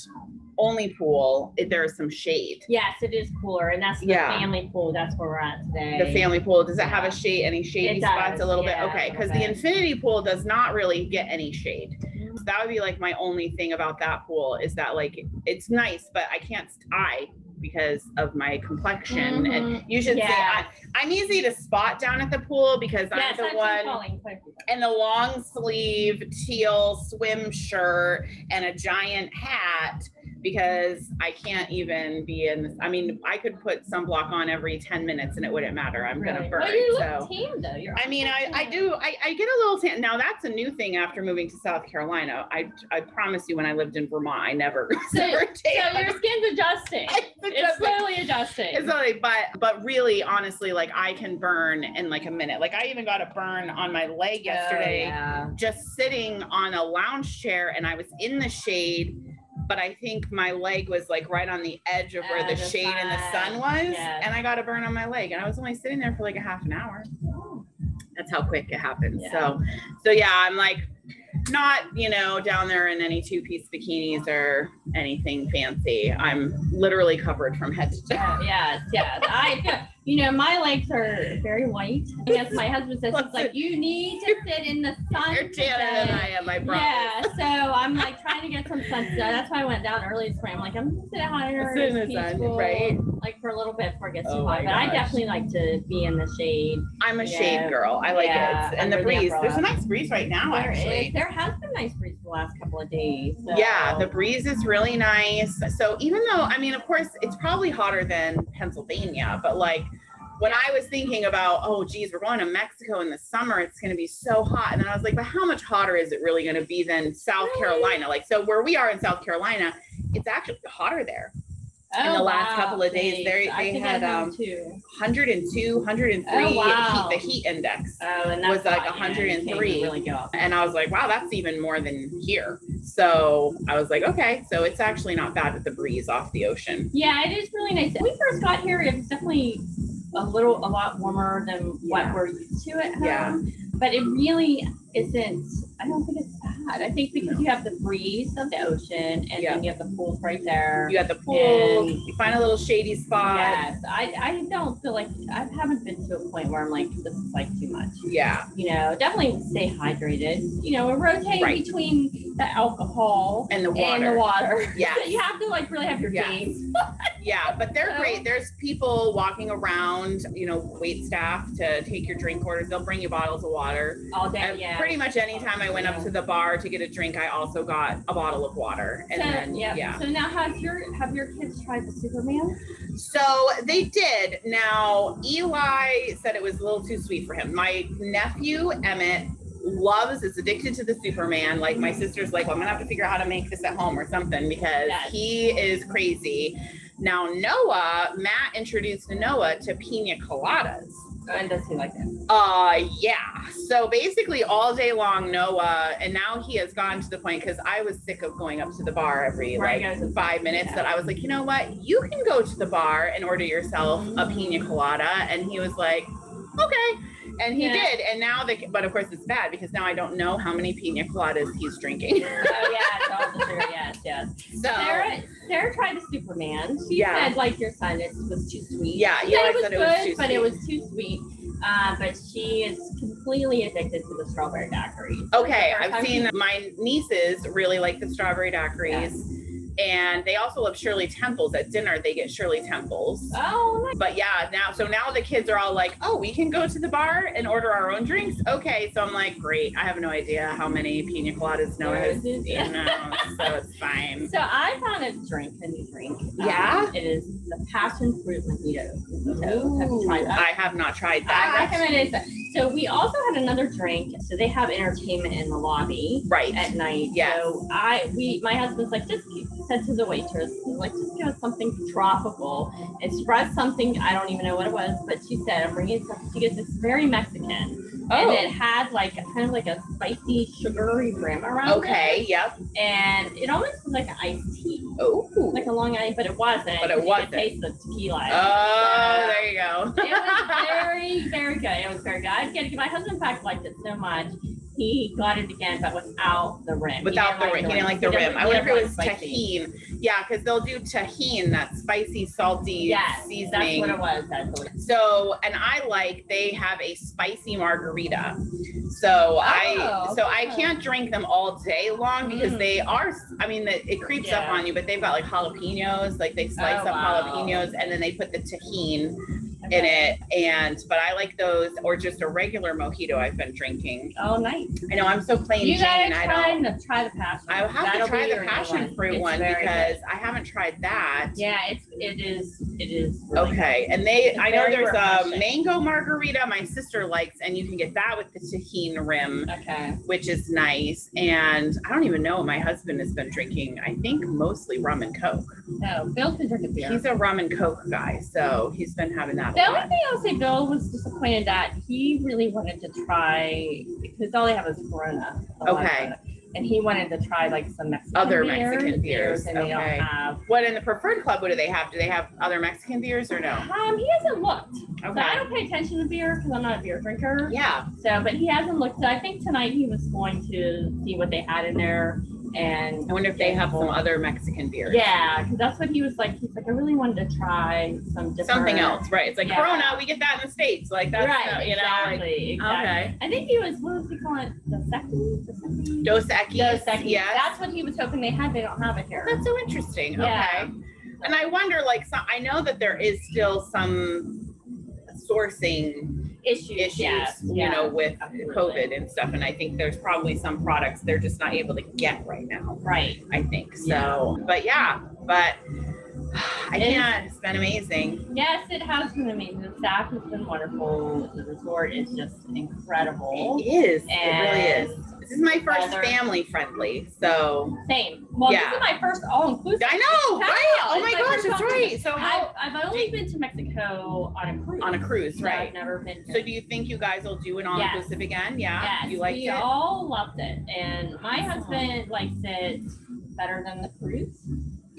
S2: only pool. It- There's some shade.
S3: Yes, it is cooler, and that's the
S2: Yeah.
S3: family pool. That's where we're at today.
S2: The family pool does it have
S3: Yeah.
S2: a shade? Any shady
S3: It does,
S2: spots? A little
S3: yeah, a
S2: bit. Okay,
S3: little
S2: because the
S3: bit.
S2: infinity pool does not really get any shade.
S3: Mhm.
S2: So that would be like my only thing about that pool is that like it's nice, but I can't st- I because of my complexion.
S3: Mm-hmm.
S2: And you should
S3: Yeah.
S2: say I, I'm easy to spot down at the pool because
S3: Yes,
S2: I'm
S3: I'm
S2: the one
S3: calling. Claire.
S2: in the long sleeve teal swim shirt and a giant hat because I can't even be in. This, I mean, I could put sunblock on every 10 minutes and it wouldn't matter. I'm gonna
S3: Really.
S2: burn.
S3: Well, you look
S2: so.
S3: tame though. You're
S2: I mean, I, I
S3: Yeah.
S2: do, I, I get a little tan. Now, that's a new thing after moving to South Carolina. I, I promise you, when I lived in Vermont, I never,
S3: So-
S2: never tan.
S3: So your skin's adjusting. It's slowly adjusting.
S2: It's only, but but really, honestly, like I can burn in like a minute. Like I even got a burn on my leg yesterday,
S3: Oh, yeah.
S2: just sitting on a lounge chair, and I was in the shade, but I think my leg was like right on the edge of where
S3: Oh,
S2: the,
S3: the
S2: shade and the
S3: sun.
S2: sun was,
S3: Yes.
S2: and I got a burn on my leg, and I was only sitting there for like a half an hour that's how quick it happens.
S3: Yeah.
S2: So, so yeah, I'm like not, you know, down there in any two piece bikinis or anything fancy. I'm literally covered from head to toe.
S3: Oh, yes, yes. I feel, you know, my legs are very white. I guess my husband says, he's like, you need to sit in the sun.
S2: You're tanner than I
S3: today."
S2: am, I promise.
S3: Yeah, so I'm like trying to get some sun. So that's why I went down early this morning. I'm like, I'm just sitting out here.
S2: Sit in
S3: it's
S2: the sun,
S3: peaceful,
S2: right?
S3: Like for a little bit before it gets too
S2: Oh my
S3: hot. But I
S2: gosh.
S3: definitely like to be in the shade.
S2: I'm a
S3: Yeah.
S2: shade girl. I like
S3: Yeah,
S2: it. And the
S3: under the
S2: breeze. There's a
S3: umbrella.
S2: nice breeze right now,
S3: There is-
S2: Oh, actually.
S3: there has been nice breeze the last couple of days. so-
S2: Yeah, the breeze is really nice. So even though, I mean, of course, it's probably hotter than Pennsylvania, but like when I was thinking about, oh, geez, we're going to Mexico in the summer, it's going to be so hot. And then I was like, but how much hotter is it really going to be than South Carolina? Like, so where we are in South Carolina, it's actually hotter there. In the
S3: Oh,
S2: last
S3: wow.
S2: couple of days, they-
S3: I
S2: they
S3: think
S2: had,
S3: I have
S2: um,
S3: two.
S2: 102, 103
S3: Oh, wow.
S2: heat, the heat index.
S3: Oh, and
S2: uh, was
S3: that's
S2: like
S3: hot, yeah, you
S2: 103.
S3: can't Really go.
S2: And I was like, wow, that's even more than here. So I was like, okay, so it's actually not bad with the breeze off the ocean.
S3: Yeah, it is really nice. When we first got here, it was definitely a little, a lot warmer than what
S2: Yeah.
S3: we're used to at home.
S2: Yeah.
S3: But it really isn't, I don't think it's bad. I think because
S2: No.
S3: you have the breeze of the ocean and
S2: Yeah.
S3: then you have the pools right there.
S2: You got the pool,
S3: And-
S2: you find a little shady spot.
S3: Yes, I, I don't feel like, I haven't been to a point where I'm like, this is like too much.
S2: Yeah,
S3: You know, definitely stay hydrated. You know, and rotate
S2: Right.
S3: between the alcohol
S2: and the water.
S3: and the water.
S2: Yes.
S3: you have to like really have your
S2: Yes.
S3: days.
S2: Yeah, but they're
S3: So-
S2: great. There's people walking around, you know, wait staff to take your drink orders. They'll bring you bottles of water.
S3: all day.
S2: And
S3: yeah.
S2: Pretty much any time I went up
S3: Yeah.
S2: to the bar to get a drink, I also got a bottle of water. And
S3: so,
S2: then,
S3: yeah.
S2: yeah.
S3: So now, have your have your kids tried the Superman?
S2: So they did. Now, Eli said it was a little too sweet for him. My nephew, Emmett, loves, is addicted to the Superman. Like, my sister's like, well, I'm going to have to figure out how to make this at home or something because
S3: Yes.
S2: he is crazy. Now, Noah, Matt introduced Noah to pina coladas.
S3: And does he like it?
S2: Uh, yeah. So basically, all day long, Noah, and now he has gotten to the point because I was sick of going up to the bar every
S3: Where he
S2: like
S3: goes-
S2: five minutes
S3: Yeah.
S2: that I was like, you know what? You can go to the bar and order yourself a pina colada. And he was like, okay. And he
S3: Yeah.
S2: did. And now the, but of course it's bad because now I don't know how many pina coladas he's drinking.
S3: oh yeah, all the sugar. Yes, yes.
S2: So
S3: Sarah, Sarah tried the Superman. She
S2: Yeah.
S3: said like your son it was too sweet.
S2: Yeah,
S3: She
S2: yeah,
S3: said
S2: I
S3: it was
S2: said it
S3: good,
S2: was too
S3: but
S2: sweet.
S3: it was too sweet. Uh, but she is completely addicted to the strawberry daiquiri.
S2: Okay,
S3: Like, the first
S2: I've
S3: time
S2: seen my nieces really like the strawberry daiquiris, and they also love Shirley Temples. At dinner, they get Shirley Temples.
S3: she- Oh, nice.
S2: But yeah, now so now the kids are all like, "Oh, we can go to the bar and order our own drinks." Okay, so I'm like, "Great!" I have no idea how many pina coladas Noah
S3: There
S2: has,
S3: it is.
S2: you know, so it's fine.
S3: So I found a drink, a new drink. Um,
S2: Yeah?
S3: it is the passion fruit mojito. So, have you
S2: Ooh,
S3: tried that?
S2: I have not tried
S3: I
S2: that.
S3: recommend it. So we also had another drink. So they have entertainment in the lobby
S2: right.
S3: at night.
S2: Yes.
S3: So I we my husband's like just keep- said to the waitress, he was like just give us something tropical. And she brought something I don't even know what it was, but she said I'm bringing something. She gets this very Mexican, and
S2: Oh.
S3: it had like kind of like a spicy sugary rim around it.
S2: Okay. Yep.
S3: and it almost was like an iced tea,
S2: Oh.
S3: like a long ice, but it wasn't.
S2: But it
S3: You could
S2: wasn't.
S3: Taste the tequila.
S2: Oh, there you go.
S3: It was very, very good. It was very good. I get it. My husband, in fact, liked it so much. He got it again, but without the rim. He
S2: Without the
S3: didn't
S2: rim, he didn't like the
S3: He
S2: rim.
S3: doesn't-
S2: I
S3: he
S2: wonder if it
S3: doesn't
S2: was
S3: like spicy.
S2: tahine. Yeah, because they'll do tahine, that spicy, salty
S3: Yes, that's
S2: seasoning.
S3: what it was. I believe.
S2: So, and I like they have a spicy margarita. So I
S3: Oh,
S2: so I
S3: okay.
S2: can't drink them all day long because
S3: Mm.
S2: they are. I mean, it, it creeps up
S3: Yeah.
S2: on you, but they've got like jalapenos, like they slice
S3: Oh,
S2: up
S3: wow.
S2: jalapenos and then they put the tahine in
S3: Okay.
S2: it. And but I like those or just a regular mojito. I've been drinking.
S3: Oh, nice.
S2: I know I'm so plain
S3: You gotta
S2: Jane. I
S3: try
S2: don't.
S3: the try the passion.
S2: I have
S3: That'll
S2: to try
S3: be your
S2: the
S3: new
S2: passion fruit
S3: It's
S2: one
S3: very good.
S2: because I haven't tried that.
S3: Yeah, it's it is it is. really
S2: Okay, and they,
S3: It's
S2: I know
S3: very
S2: there's a
S3: refreshing.
S2: mango margarita my sister likes, and you can get that with the tahine rim,
S3: good. Okay.
S2: which is nice. And I don't even know what my husband has been drinking. I think mostly rum and coke.
S3: So Bill's been drinking beer.
S2: He's a rum and coke guy, so he's been having that a
S3: The only
S2: lot.
S3: thing I'll say, Bill was disappointed that he really wanted to try because all they have is Corona. a lot of
S2: Okay.
S3: it. And he wanted to try like some Mexican
S2: Other
S3: beer,
S2: Mexican beers,
S3: and they don't
S2: okay.
S3: have.
S2: What in the preferred club? What do they have? Do they have other Mexican beers or no?
S3: Um, he hasn't looked. So I
S2: Okay.
S3: don't pay attention to beer because I'm not a beer drinker.
S2: Yeah.
S3: So, but he hasn't looked. So I think tonight he was going to see what they had in there, and
S2: I wonder if they have some other Mexican beers.
S3: yeah, because that's what he was like. He's like, I really wanted to try some different
S2: Something else, right? It's like
S3: Yeah.
S2: Corona. We get that in the states, like that's uh,
S3: right?
S2: you know.
S3: exactly.
S2: like-
S3: exactly.
S2: Okay.
S3: I think he was. What was he calling it? The second. The second.
S2: Dos Equis.
S3: Dos Equis.
S2: yes.
S3: That's what he was hoping they had. They don't have it here.
S2: That's so interesting.
S3: Yeah.
S2: Okay. And I wonder, like, so, I know that there is still some sourcing
S3: Issues.
S2: issues,
S3: yeah,
S2: you
S3: yeah.
S2: know, with
S3: absolutely.
S2: COVID and stuff. And I think there's probably some products they're just not able to get right now.
S3: Right.
S2: I think so.
S3: Yeah.
S2: But yeah, but I can't. It's been amazing.
S3: Yes, it has been amazing. The staff has been wonderful. The resort is just incredible.
S2: It is.
S3: And
S2: It really is. This is my first
S3: Weather.
S2: family friendly. So
S3: Same. Well,
S2: Yeah.
S3: this is my first all inclusive.
S2: I know, right? Oh
S3: It's
S2: my
S3: my
S2: gosh,
S3: first
S2: that's
S3: time.
S2: right. So
S3: I've,
S2: how
S3: I've only been to Mexico on a cruise.
S2: on a cruise,
S3: So
S2: right?
S3: I've never been.
S2: So do you think you guys will do an all inclusive again? Yeah.
S3: Yes,
S2: You like
S3: we
S2: it?
S3: all loved it, and my
S2: Awesome.
S3: husband likes it better than the cruise.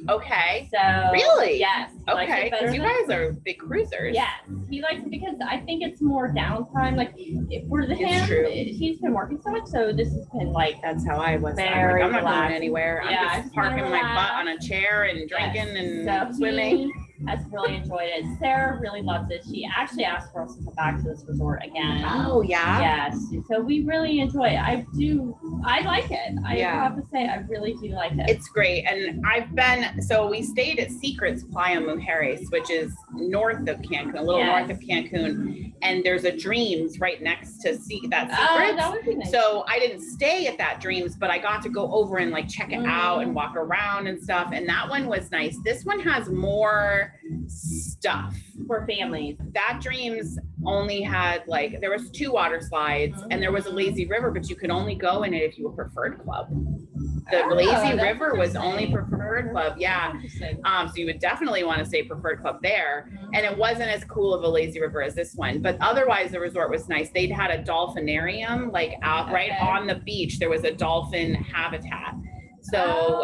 S2: okay.
S3: So
S2: Really?
S3: yes, he likes
S2: Okay.
S3: it better
S2: Because you
S3: than the
S2: guys are big cruisers.
S3: Yes, he likes it because I think it's more downtime. Like if for the
S2: It's
S3: him,
S2: true.
S3: he's been working so much, so this has been like
S2: That's how I was.
S3: Very
S2: I'm like, I'm not going
S3: relaxed.
S2: anywhere.
S3: Yeah,
S2: I'm
S3: it's
S2: just
S3: kinda
S2: parking my butt on a
S3: relaxed.
S2: chair and drinking
S3: so
S2: and swimming.
S3: He has really enjoyed it. Sarah really loves it. She actually asked for us to come back to this resort again.
S2: Oh yeah.
S3: Yes, so we really enjoy it. I do. I like it. I
S2: Yeah.
S3: have to say, I really do like it.
S2: It's great. And I've been so we stayed at Secrets Playa Mujeres, which is north of Cancun, a little
S3: Yes.
S2: north of Cancun. And there's a Dreams right next to see that Secrets.
S3: oh, that would be nice.
S2: So I didn't stay at that Dreams, but I got to go over and like check it out
S3: Mm.
S2: and walk around and stuff. And that one was nice. This one has more stuff.
S3: for families.
S2: That Dreams only had like there was two water slides and there
S3: Mm.
S2: was a lazy river, but you could only go in it if you were preferred club. The
S3: Oh,
S2: lazy
S3: that's
S2: river was only
S3: interesting.
S2: preferred club. Yeah.
S3: Interesting.
S2: Um, so you would definitely want to stay preferred club there. And it wasn't as cool of a lazy river as this one, but otherwise the resort was nice. They'd had a dolphinarium like out right
S3: Okay.
S2: on the beach. There was a dolphin habitat. So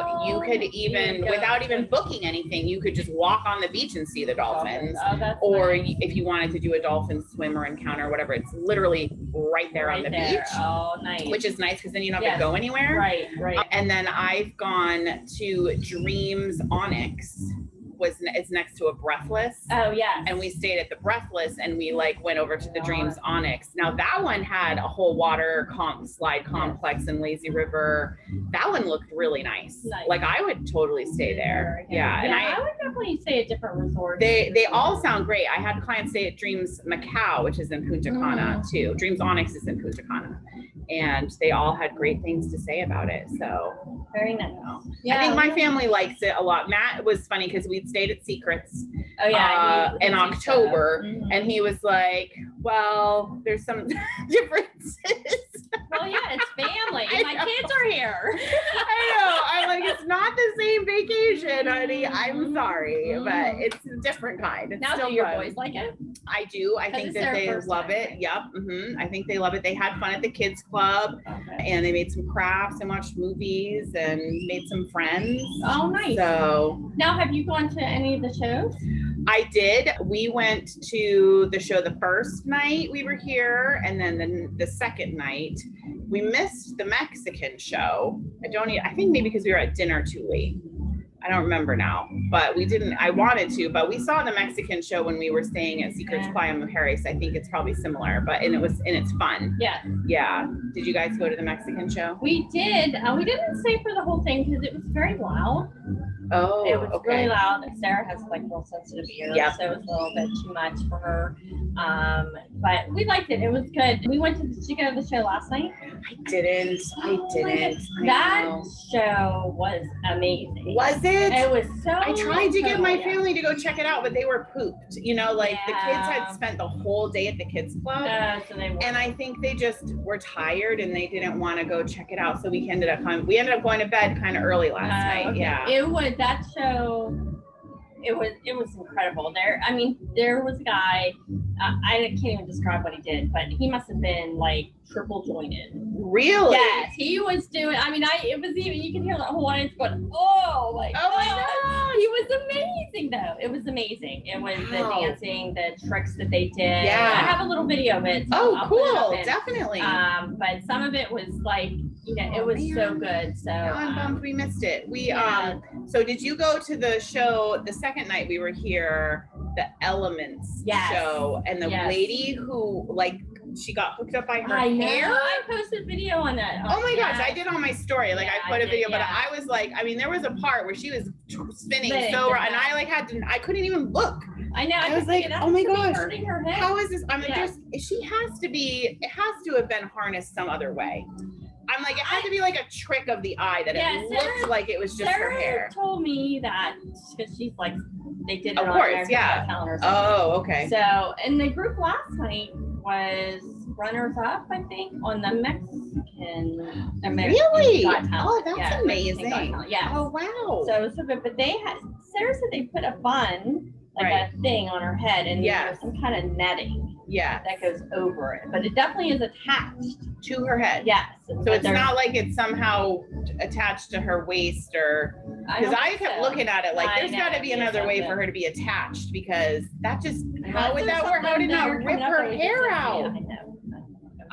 S3: Oh,
S2: you could
S3: you
S2: even
S3: would go
S2: without
S3: to-
S2: even booking anything, you could just walk on the beach and see the dolphins.
S3: Oh, that's
S2: Or
S3: nice.
S2: y- if you wanted to do a dolphin swim or encounter, whatever, it's literally right there on the
S3: right there.
S2: beach,
S3: Oh, nice.
S2: which is nice because then you don't have
S3: Yes.
S2: to go anywhere.
S3: right, right.
S2: And then I've gone to Dreams Onyx. Was it's next to a Breathless,
S3: oh yes.
S2: and we stayed at the Breathless, and we like went over to the Dreams Onyx. Now that one had a whole water comp slide complex and lazy river. That one looked really nice.
S3: Nice.
S2: Like I would totally stay there. Yeah, and I.
S3: would definitely say a different resort.
S2: They, they all sound great. I had clients stay at Dreams Macau, which is in
S3: Mm.
S2: Punta Cana too. Dreams Onyx is in Punta Cana, and they all had great things to say about it. So
S3: very nice.
S2: I think
S3: we-
S2: my family likes it a lot. Matt was funny because we'd stayed at Secrets
S3: Oh yeah.
S2: uh,
S3: he-
S2: in
S3: he teaches us.
S2: October,
S3: Mhm.
S2: and he was like, Well, there's some differences.
S3: well, yeah, it's family.
S2: I
S3: my
S2: know.
S3: kids are here.
S2: I know. I'm like, It's not the same vacation, honey. I'm sorry, but it's a different kind. It's
S3: Mm-hmm. Now
S2: still
S3: do your
S2: fun.
S3: boys like it?
S2: I do. I
S3: 'Cause
S2: think
S3: it's
S2: that
S3: their
S2: they
S3: first
S2: love
S3: time,
S2: it.
S3: right?
S2: Yep. hmm I think they love it. They had fun at the kids club and they made some crafts and watched movies and made some friends.
S3: Oh, nice.
S2: So
S3: Now, have you gone to any of the shows?
S2: I did. We went to the show the first night we were here, and then the, the second night we missed the Mexican show. I don't. e- I think maybe because we were at dinner too late. I don't remember now, but we didn't. I wanted to, but we saw the Mexican show when we were staying at Secrets
S3: Yeah.
S2: Playa Mujeres. I think it's probably similar, but and it was and it's fun.
S3: Yeah,
S2: Yeah. Did you guys go to the Mexican show?
S3: we did. Uh, we didn't stay for the whole thing because it was very loud.
S2: Oh,
S3: it was really
S2: okay.
S3: loud. Sarah has like real sensitive ears,
S2: Yep.
S3: so it was a little bit too much for her. Um, but we liked it. It was good. We went to the Chico of the show last night.
S2: I didn't. I
S3: Oh my
S2: didn't. I
S3: that
S2: know.
S3: show was amazing.
S2: was it?
S3: It was Oh, so.
S2: I tried to get my
S3: yeah.
S2: family to go check it out, but they were pooped. You know, like the kids
S3: Yeah.
S2: had spent the whole day at the kids club.
S3: Uh, so they were.
S2: and I think they just were tired and they didn't want to go check it out. So we ended up coming, we ended up going to bed kind of early last
S3: Uh,
S2: night.
S3: okay.
S2: Yeah.
S3: It was that show. It was it was incredible. There, I mean, there was a guy. Uh, I can't even describe what he did, but he must have been like triple jointed.
S2: really?
S3: Yes, he was doing. I mean, I it was even you can hear the whole audience going, "Oh my
S2: Oh my
S3: god!"
S2: gosh.
S3: He was amazing, though. It was amazing. It was
S2: Wow.
S3: the dancing, the tricks that they did.
S2: Yeah.
S3: I have a little video of it. so
S2: Oh,
S3: I'll put it up
S2: cool.
S3: in-
S2: Definitely.
S3: Um, but some of it was like, you know, it was so
S2: Oh, man.
S3: good. So
S2: Now I'm
S3: um,
S2: bummed we missed it. We
S3: yeah.
S2: um so did you go to the show the second night we were here, the Elements
S3: Yes.
S2: show and the
S3: Yes.
S2: lady who like she got hooked up by her
S3: I know.
S2: hair?
S3: I posted video on that.
S2: Oh my gosh,
S3: yeah.
S2: I did on my story. Like
S3: Yeah,
S2: I
S3: I
S2: put a
S3: did,
S2: video,
S3: yeah.
S2: but I was like, I mean, there was a part where she was spinning
S3: Spinning,
S2: so,
S3: yeah.
S2: and I like had to, I couldn't even look.
S3: I know.
S2: I
S3: just
S2: was like,
S3: it has
S2: oh my
S3: to be
S2: gosh.
S3: hurting her head.
S2: How is this? I mean,
S3: Yeah.
S2: there's, she has to be, it has to have been harnessed some other way. I'm like, it had to be like a trick of the eye that
S3: Yeah,
S2: it
S3: Sarah-
S2: looked like it was just
S3: Sarah
S2: her hair.
S3: told me that because she's like They did it
S2: Of
S3: on
S2: course,
S3: American
S2: yeah.
S3: Calendar.
S2: Oh, okay.
S3: So, and the group last night was runners up, I think, on the Mexican American
S2: Really?
S3: Got Talent.
S2: Oh, that's
S3: Yeah, American Got
S2: amazing.
S3: Talent, Yeah.
S2: Oh, wow.
S3: So it was so good, but they had Sarah said they put a bun, like
S2: Right.
S3: a thing on her head, and
S2: Yes.
S3: there was some kind of netting
S2: yeah,
S3: that goes over it, but it definitely is attached.
S2: to her head.
S3: Yes.
S2: So it's not like it's somehow attached to her waist or because I, kept looking at it like
S3: I
S2: there's
S3: know,
S2: got to be
S3: yeah,
S2: another way for
S3: something.
S2: her to be attached because that just how would that work? How did not rip her hair out?
S3: I know.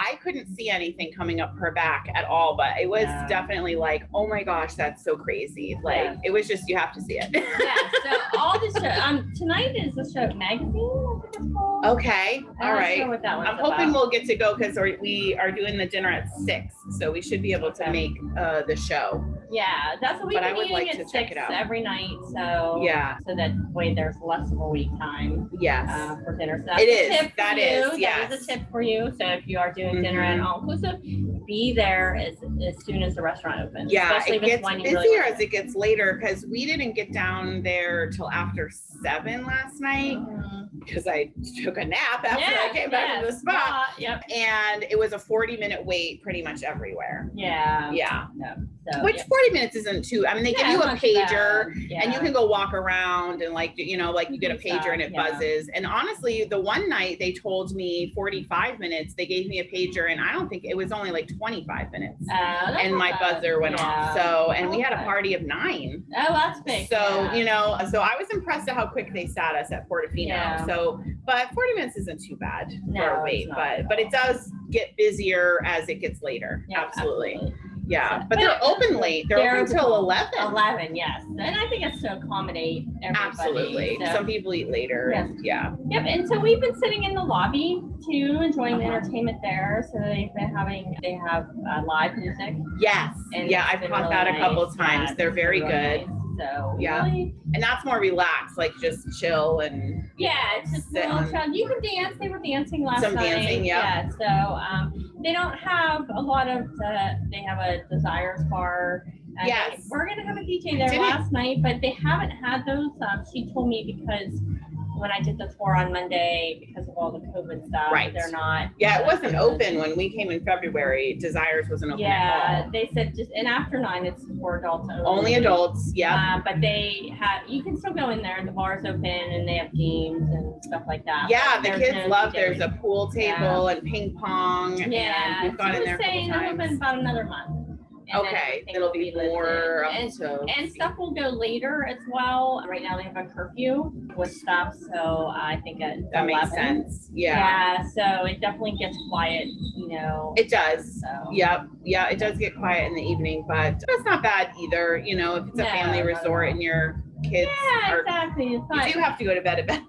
S2: I couldn't see anything coming up her back at all, but it was
S3: Yeah.
S2: definitely like, oh my gosh, that's so crazy. Like
S3: Yeah.
S2: it was just you have to see it.
S3: yeah. So all the show um tonight is the show magazine. I think it's called.
S2: okay,
S3: I'm
S2: all
S3: not
S2: right.
S3: Sure what that one's
S2: Oh, I'm hoping
S3: about.
S2: we'll get to go because we are doing the dinner at six, so we should be able to
S3: Okay.
S2: make uh, the show.
S3: Yeah, that's what we've
S2: But I
S3: been
S2: would
S3: eating
S2: like
S3: at
S2: to
S3: six
S2: check it out.
S3: every night. So
S2: Yeah.
S3: so that way there's less of a wait time
S2: Yes.
S3: uh, for dinner. So that's
S2: It
S3: a
S2: is.
S3: Tip for
S2: That
S3: you.
S2: is,
S3: That
S2: yes.
S3: is a tip for you. So if you are doing dinner at
S2: Mhm.
S3: all inclusive, be there as, as soon as the restaurant opens.
S2: yeah, it
S3: especially if it's
S2: gets
S3: one you
S2: busier
S3: really want.
S2: as it gets later because we didn't get down there till after seven last night
S3: Mhm.
S2: because I took a nap after I
S3: Yeah,
S2: came back
S3: yeah,
S2: from the spa.
S3: yeah, Yep.
S2: And it was a 40 minute wait pretty much everywhere.
S3: Yeah.
S2: Yeah.
S3: No. Um, So,
S2: Which
S3: yeah.
S2: 40 minutes isn't too, I mean, they
S3: Yeah,
S2: give you a
S3: not too bad.
S2: pager.
S3: Yeah.
S2: and you can go walk around and like you know like you get a
S3: Do stuff,
S2: pager and it
S3: yeah.
S2: buzzes and honestly the one night they told me 45 minutes they gave me a pager and i don't think it was only like 25 minutes
S3: Uh, that's
S2: and my
S3: not bad.
S2: buzzer went off
S3: Yeah.
S2: so and we had a
S3: Okay.
S2: party of nine
S3: Oh, that's big.
S2: so
S3: yeah.
S2: you know so i was impressed at how quick they sat us at portofino
S3: Yeah.
S2: so but 40 minutes isn't too bad
S3: No,
S2: for a
S3: it's
S2: wait
S3: not
S2: but
S3: at
S2: but
S3: all.
S2: it does get busier as it gets later
S3: Yeah,
S2: absolutely. yeah
S3: So-
S2: but they're open late they're,
S3: They're
S2: open till
S3: open.
S2: 11
S3: 11 yes and i think it's to accommodate everybody
S2: Absolutely.
S3: so-
S2: Some people eat later.
S3: Yes.
S2: and- Yeah.
S3: yep and so we've been sitting in the lobby too enjoying the
S2: Uh-huh.
S3: entertainment there so they've been having they have uh, live music
S2: Yes.
S3: and
S2: yeah,
S3: it's
S2: I've
S3: been
S2: caught
S3: really
S2: that a
S3: nice.
S2: couple
S3: Yeah,
S2: times.
S3: it's
S2: They're
S3: been
S2: very
S3: really
S2: good.
S3: nice. so
S2: Yeah.
S3: really-
S2: And that's more relaxed, like just chill and
S3: yeah it's just
S2: Sit
S3: a little
S2: on-
S3: chill. you can dance they were dancing last
S2: Some
S3: night
S2: dancing, yeah.
S3: yeah so um they don't have a lot of the, they have a desires bar and
S2: Yes.
S3: they we're gonna have a dj there
S2: Didn't-
S3: last night but they haven't had those um she told me because when i did the tour on monday because of all the covid stuff
S2: Right.
S3: they're not
S2: yeah, it wasn't open when we came in February. Desires wasn't open at
S3: yeah
S2: all.
S3: they said just and after nine it's for adults
S2: Only adults. Yeah.
S3: uh, but they have you can still go in there the bar's open and they have games and stuff like that
S2: yeah,
S3: But
S2: the
S3: there's
S2: kids
S3: no
S2: love
S3: DJs.
S2: there's a pool table and ping pong.
S3: Yeah,
S2: And we've gone
S3: she
S2: in
S3: was
S2: there a couple
S3: saying it'll
S2: times.
S3: be about another month. and then
S2: Okay.
S3: everything
S2: It'll
S3: will
S2: be
S3: lifted.
S2: more up
S3: And,
S2: to
S3: and stuff will go later as well. Right now they have a curfew with stuff, so I think at
S2: that makes
S3: 11.
S2: sense. yeah.
S3: Yeah. so it definitely gets quiet, you know.
S2: It does.
S3: So.
S2: Yep. Yeah, it does get quiet in the evening, but that's not bad either. You know, if it's a
S3: No,
S2: family
S3: not at
S2: resort
S3: all.
S2: and your kids
S3: Yeah,
S2: are,
S3: exactly. It's
S2: you
S3: not,
S2: do have to go to bed at bed.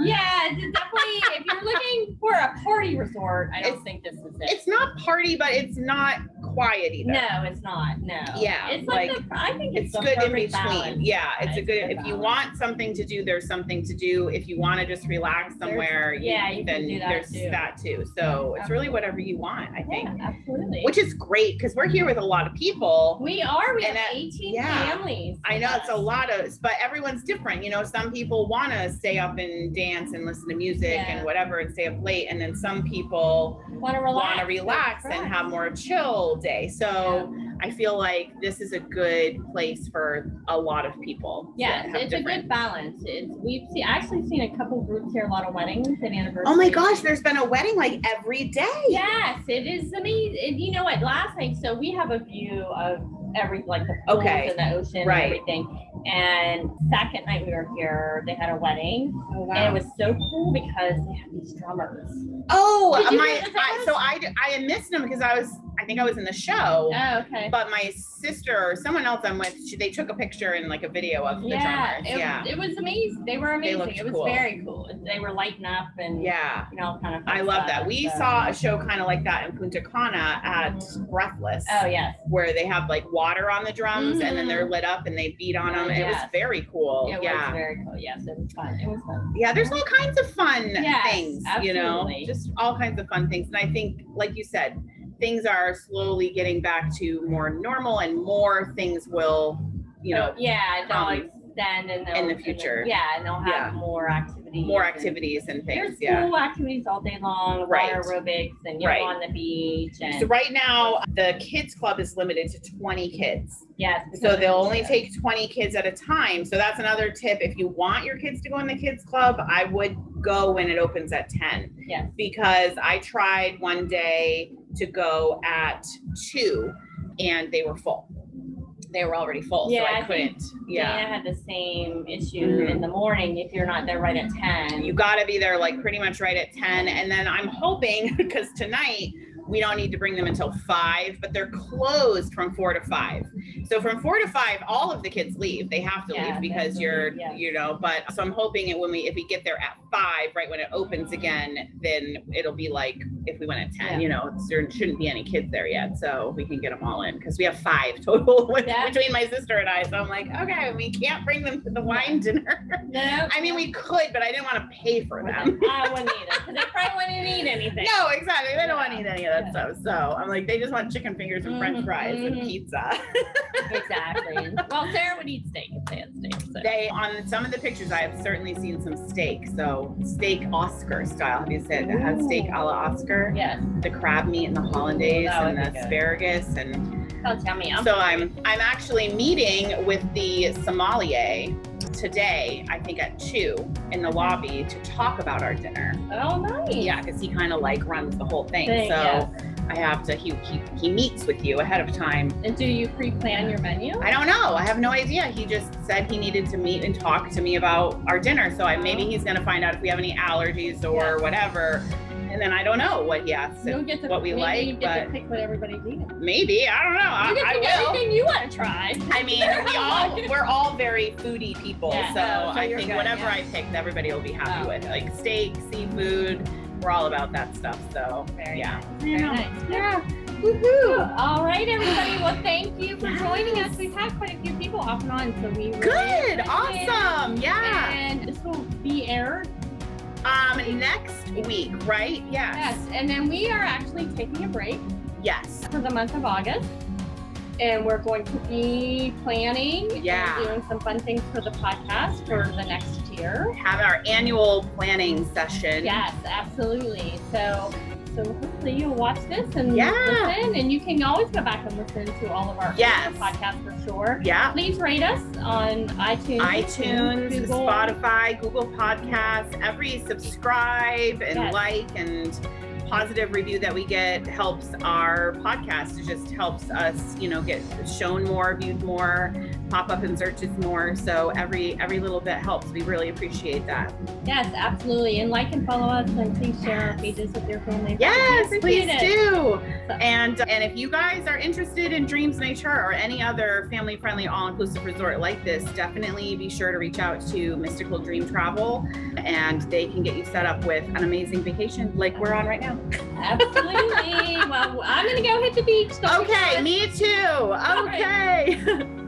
S3: yeah, it's definitely. if you're looking for a party resort, I don't think this is it.
S2: It's not party, but it's not quiet either.
S3: No, it's not. No.
S2: Yeah,
S3: It's like,
S2: like,
S3: the, I think
S2: It's
S3: the
S2: good in
S3: perfect
S2: between.
S3: balance.
S2: Yeah, it's a good.
S3: It's good
S2: If you
S3: balance.
S2: want something to do, there's something to do. If you want to just relax somewhere, you-
S3: yeah, you can
S2: then
S3: do that
S2: there's
S3: too.
S2: that too. So it's really whatever you want, I think,
S3: Yeah, absolutely.
S2: which is great because we're here with a lot of people.
S3: We are. We
S2: And
S3: have
S2: that-
S3: 18
S2: yeah.
S3: families.
S2: I
S3: with
S2: know it's a
S3: us.
S2: lot of, but everyone's different. You know, some people want to stay up and dance and listen to music
S3: Yeah.
S2: and whatever and stay up late, and then some people
S3: Want to relax.
S2: want to relax and
S3: correct.
S2: have more chill day. So I feel like this is a good place for a lot of people. to
S3: Yes,
S2: have
S3: it's a
S2: different-
S3: good balance. It's we've seen actually seen a couple groups here, a lot of weddings and anniversaries.
S2: Oh my gosh, there's been a wedding like every day.
S3: Yes, it is amazing. And you know what? Last night, so we have a view of every like the pools
S2: Okay,
S3: and the ocean
S2: right.
S3: and everything. And second night we were here, they had a wedding,
S2: Oh,
S3: and it was so cool because they had these drummers.
S2: Oh,
S3: Did you
S2: my!
S3: hear the
S2: I,
S3: drums?
S2: so I d- I had missed them because I was I think I was in the show,
S3: Oh, okay.
S2: but my sister or someone else I'm with, she, they took a picture and like a video of the
S3: yeah,
S2: drummers.
S3: it,
S2: yeah,
S3: it was amazing. They were
S2: They
S3: amazing.
S2: looked
S3: it was
S2: cool.
S3: very cool. They were lighting up and
S2: yeah.
S3: you know, kind of. fun
S2: I love
S3: stuff,
S2: that. We
S3: so-
S2: saw a show kind of like that in Punta Cana at Breathless,
S3: Oh yes,
S2: where they have like water on the drums and then
S3: Mhm.
S2: they're lit up and they beat on them. It was
S3: Yes.
S2: very cool.
S3: it was
S2: yeah.
S3: very cool. Yes, it was fun. It was fun.
S2: Yeah, there's all kinds of fun
S3: Yes,
S2: things, you know,
S3: absolutely.
S2: just all kinds of fun things. And I think, like you said, things are slowly getting back to more normal and more things will, you know,
S3: yeah, it
S2: um,
S3: always then and they'll-
S2: In the
S3: and then-
S2: future.
S3: yeah, and they'll
S2: Yeah.
S3: have more activities.
S2: more
S3: and-
S2: activities and
S3: There's
S2: things. Yeah.
S3: cool activities all day long,
S2: Right.
S3: water aerobics and yoga
S2: Right.
S3: on the beach and
S2: So right now the kids club is limited to 20 kids.
S3: yes.
S2: So
S3: because
S2: they'll
S3: of-
S2: only take 20 kids at a time. So that's another tip. If you want your kids to go in the kids club, I would go when it opens at 10
S3: yes.
S2: because I tried one day to go at 2 and they were full. They were already full,
S3: Yeah,
S2: so
S3: I
S2: I couldn't. Yeah.
S3: Dana had the same issue
S2: Mhm.
S3: in the morning if you're not there right at ten.
S2: You got to be there like pretty much right at 10 and then I'm hoping because tonight we don't need to bring them until 5, but they're closed from 4 to 5. So from 4 to 5 all of the kids leave. They have to
S3: Yeah,
S2: leave
S3: they have
S2: because
S3: to
S2: you're
S3: leave, yeah.
S2: you know, but so I'm hoping it when we if we get there at 5 right when it opens again, then it'll be like if we went at 10,
S3: Yeah.
S2: you know, it's, there shouldn't be any kids there yet. So we can get them all in cuz we have 5 total with-
S3: That-
S2: between my sister and I. So I'm like, okay, we can't bring them to the wine dinner.
S3: no,
S2: I mean, we could, but I didn't want to pay for them.
S3: I wouldn't either because they probably wouldn't eat anything.
S2: No, exactly. They don't want to
S3: Yeah.
S2: eat any of that stuff. So I'm like, they just want chicken fingers and French
S3: Mhm,
S2: fries and
S3: mhm.
S2: pizza.
S3: Exactly. Well, Sarah would eat steak if they had steak. So.
S2: they on some of the pictures, I have certainly seen some steak. So steak Oscar style. Have you said that has steak a la Oscar?
S3: Yes.
S2: The crab meat and the hollandaise
S3: That
S2: and
S3: would be
S2: the
S3: good.
S2: asparagus and
S3: Oh, tell me. I'm
S2: so I'm I'm actually meeting with the sommelier today. I think at two in the lobby to talk about our dinner.
S3: oh, nice.
S2: Yeah, because he kind of like runs the whole thing.
S3: Thing,
S2: so
S3: yes.
S2: I have to. He, he he meets with you ahead of time.
S3: And do you pre-plan your menu?
S2: I don't know. I have no idea. He just said he needed to meet and talk to me about our dinner. So I, maybe he's gonna find out if we have any allergies or whatever. And then I don't know what he asks.
S3: You'll get to
S2: what we
S3: maybe
S2: like,
S3: you get to
S2: but-
S3: pick what everybody's eating.
S2: Maybe I don't know.
S3: you get
S2: I,
S3: to
S2: I
S3: pick
S2: will.
S3: everything you want to try.
S2: I mean, we all we're all very foodie people,
S3: Yeah.
S2: so,
S3: Oh, so
S2: I
S3: you're
S2: think
S3: good,
S2: whatever
S3: yeah.
S2: I picked, everybody will be happy
S3: Oh.
S2: with. Like steak, seafood, we're all about that stuff. So
S3: Very
S2: yeah,
S3: nice. Very
S2: Yeah.
S3: nice.
S2: yeah.
S3: Woohoo. All right, everybody. Well, thank you for joining us. We've had quite a few people off and on, so we really appreciate
S2: Good,
S3: it.
S2: awesome, yeah.
S3: And this will be aired.
S2: Um, next week, right?
S3: Yes.
S2: Yes.
S3: And then we are actually taking a break
S2: Yes.
S3: for the month of August. And we're going to be planning and
S2: Yeah.
S3: doing some fun things for the podcast for the next year.
S2: Have our annual planning session.
S3: Yes, absolutely. So, so hopefully you'll watch this and
S2: Yeah.
S3: listen, and you can always go back and listen to all of our
S2: Yes.
S3: other podcasts for sure.
S2: Yeah.
S3: Please rate us on iTunes,
S2: iTunes,
S3: Google.
S2: Spotify, Google Podcasts, every subscribe and
S3: Yes.
S2: like and positive review that we get helps our podcast. It just helps us, you know, get shown more, viewed more, pop up in searches more. So every every little bit helps. We really appreciate that.
S3: Yes, absolutely. And like and follow us, and please share our pages with your family. and friends.
S2: Yes,
S3: We appreciate
S2: please
S3: it.
S2: do. And uh, and if you guys are interested in Dreams Nature or any other family-friendly all-inclusive resort like this, definitely be sure to reach out to Mystical Dream Travel and they can get you set up with an amazing vacation like we're on right now.
S3: Absolutely. well, I'm gonna go hit the beach. Don't
S2: Okay, me too. Okay.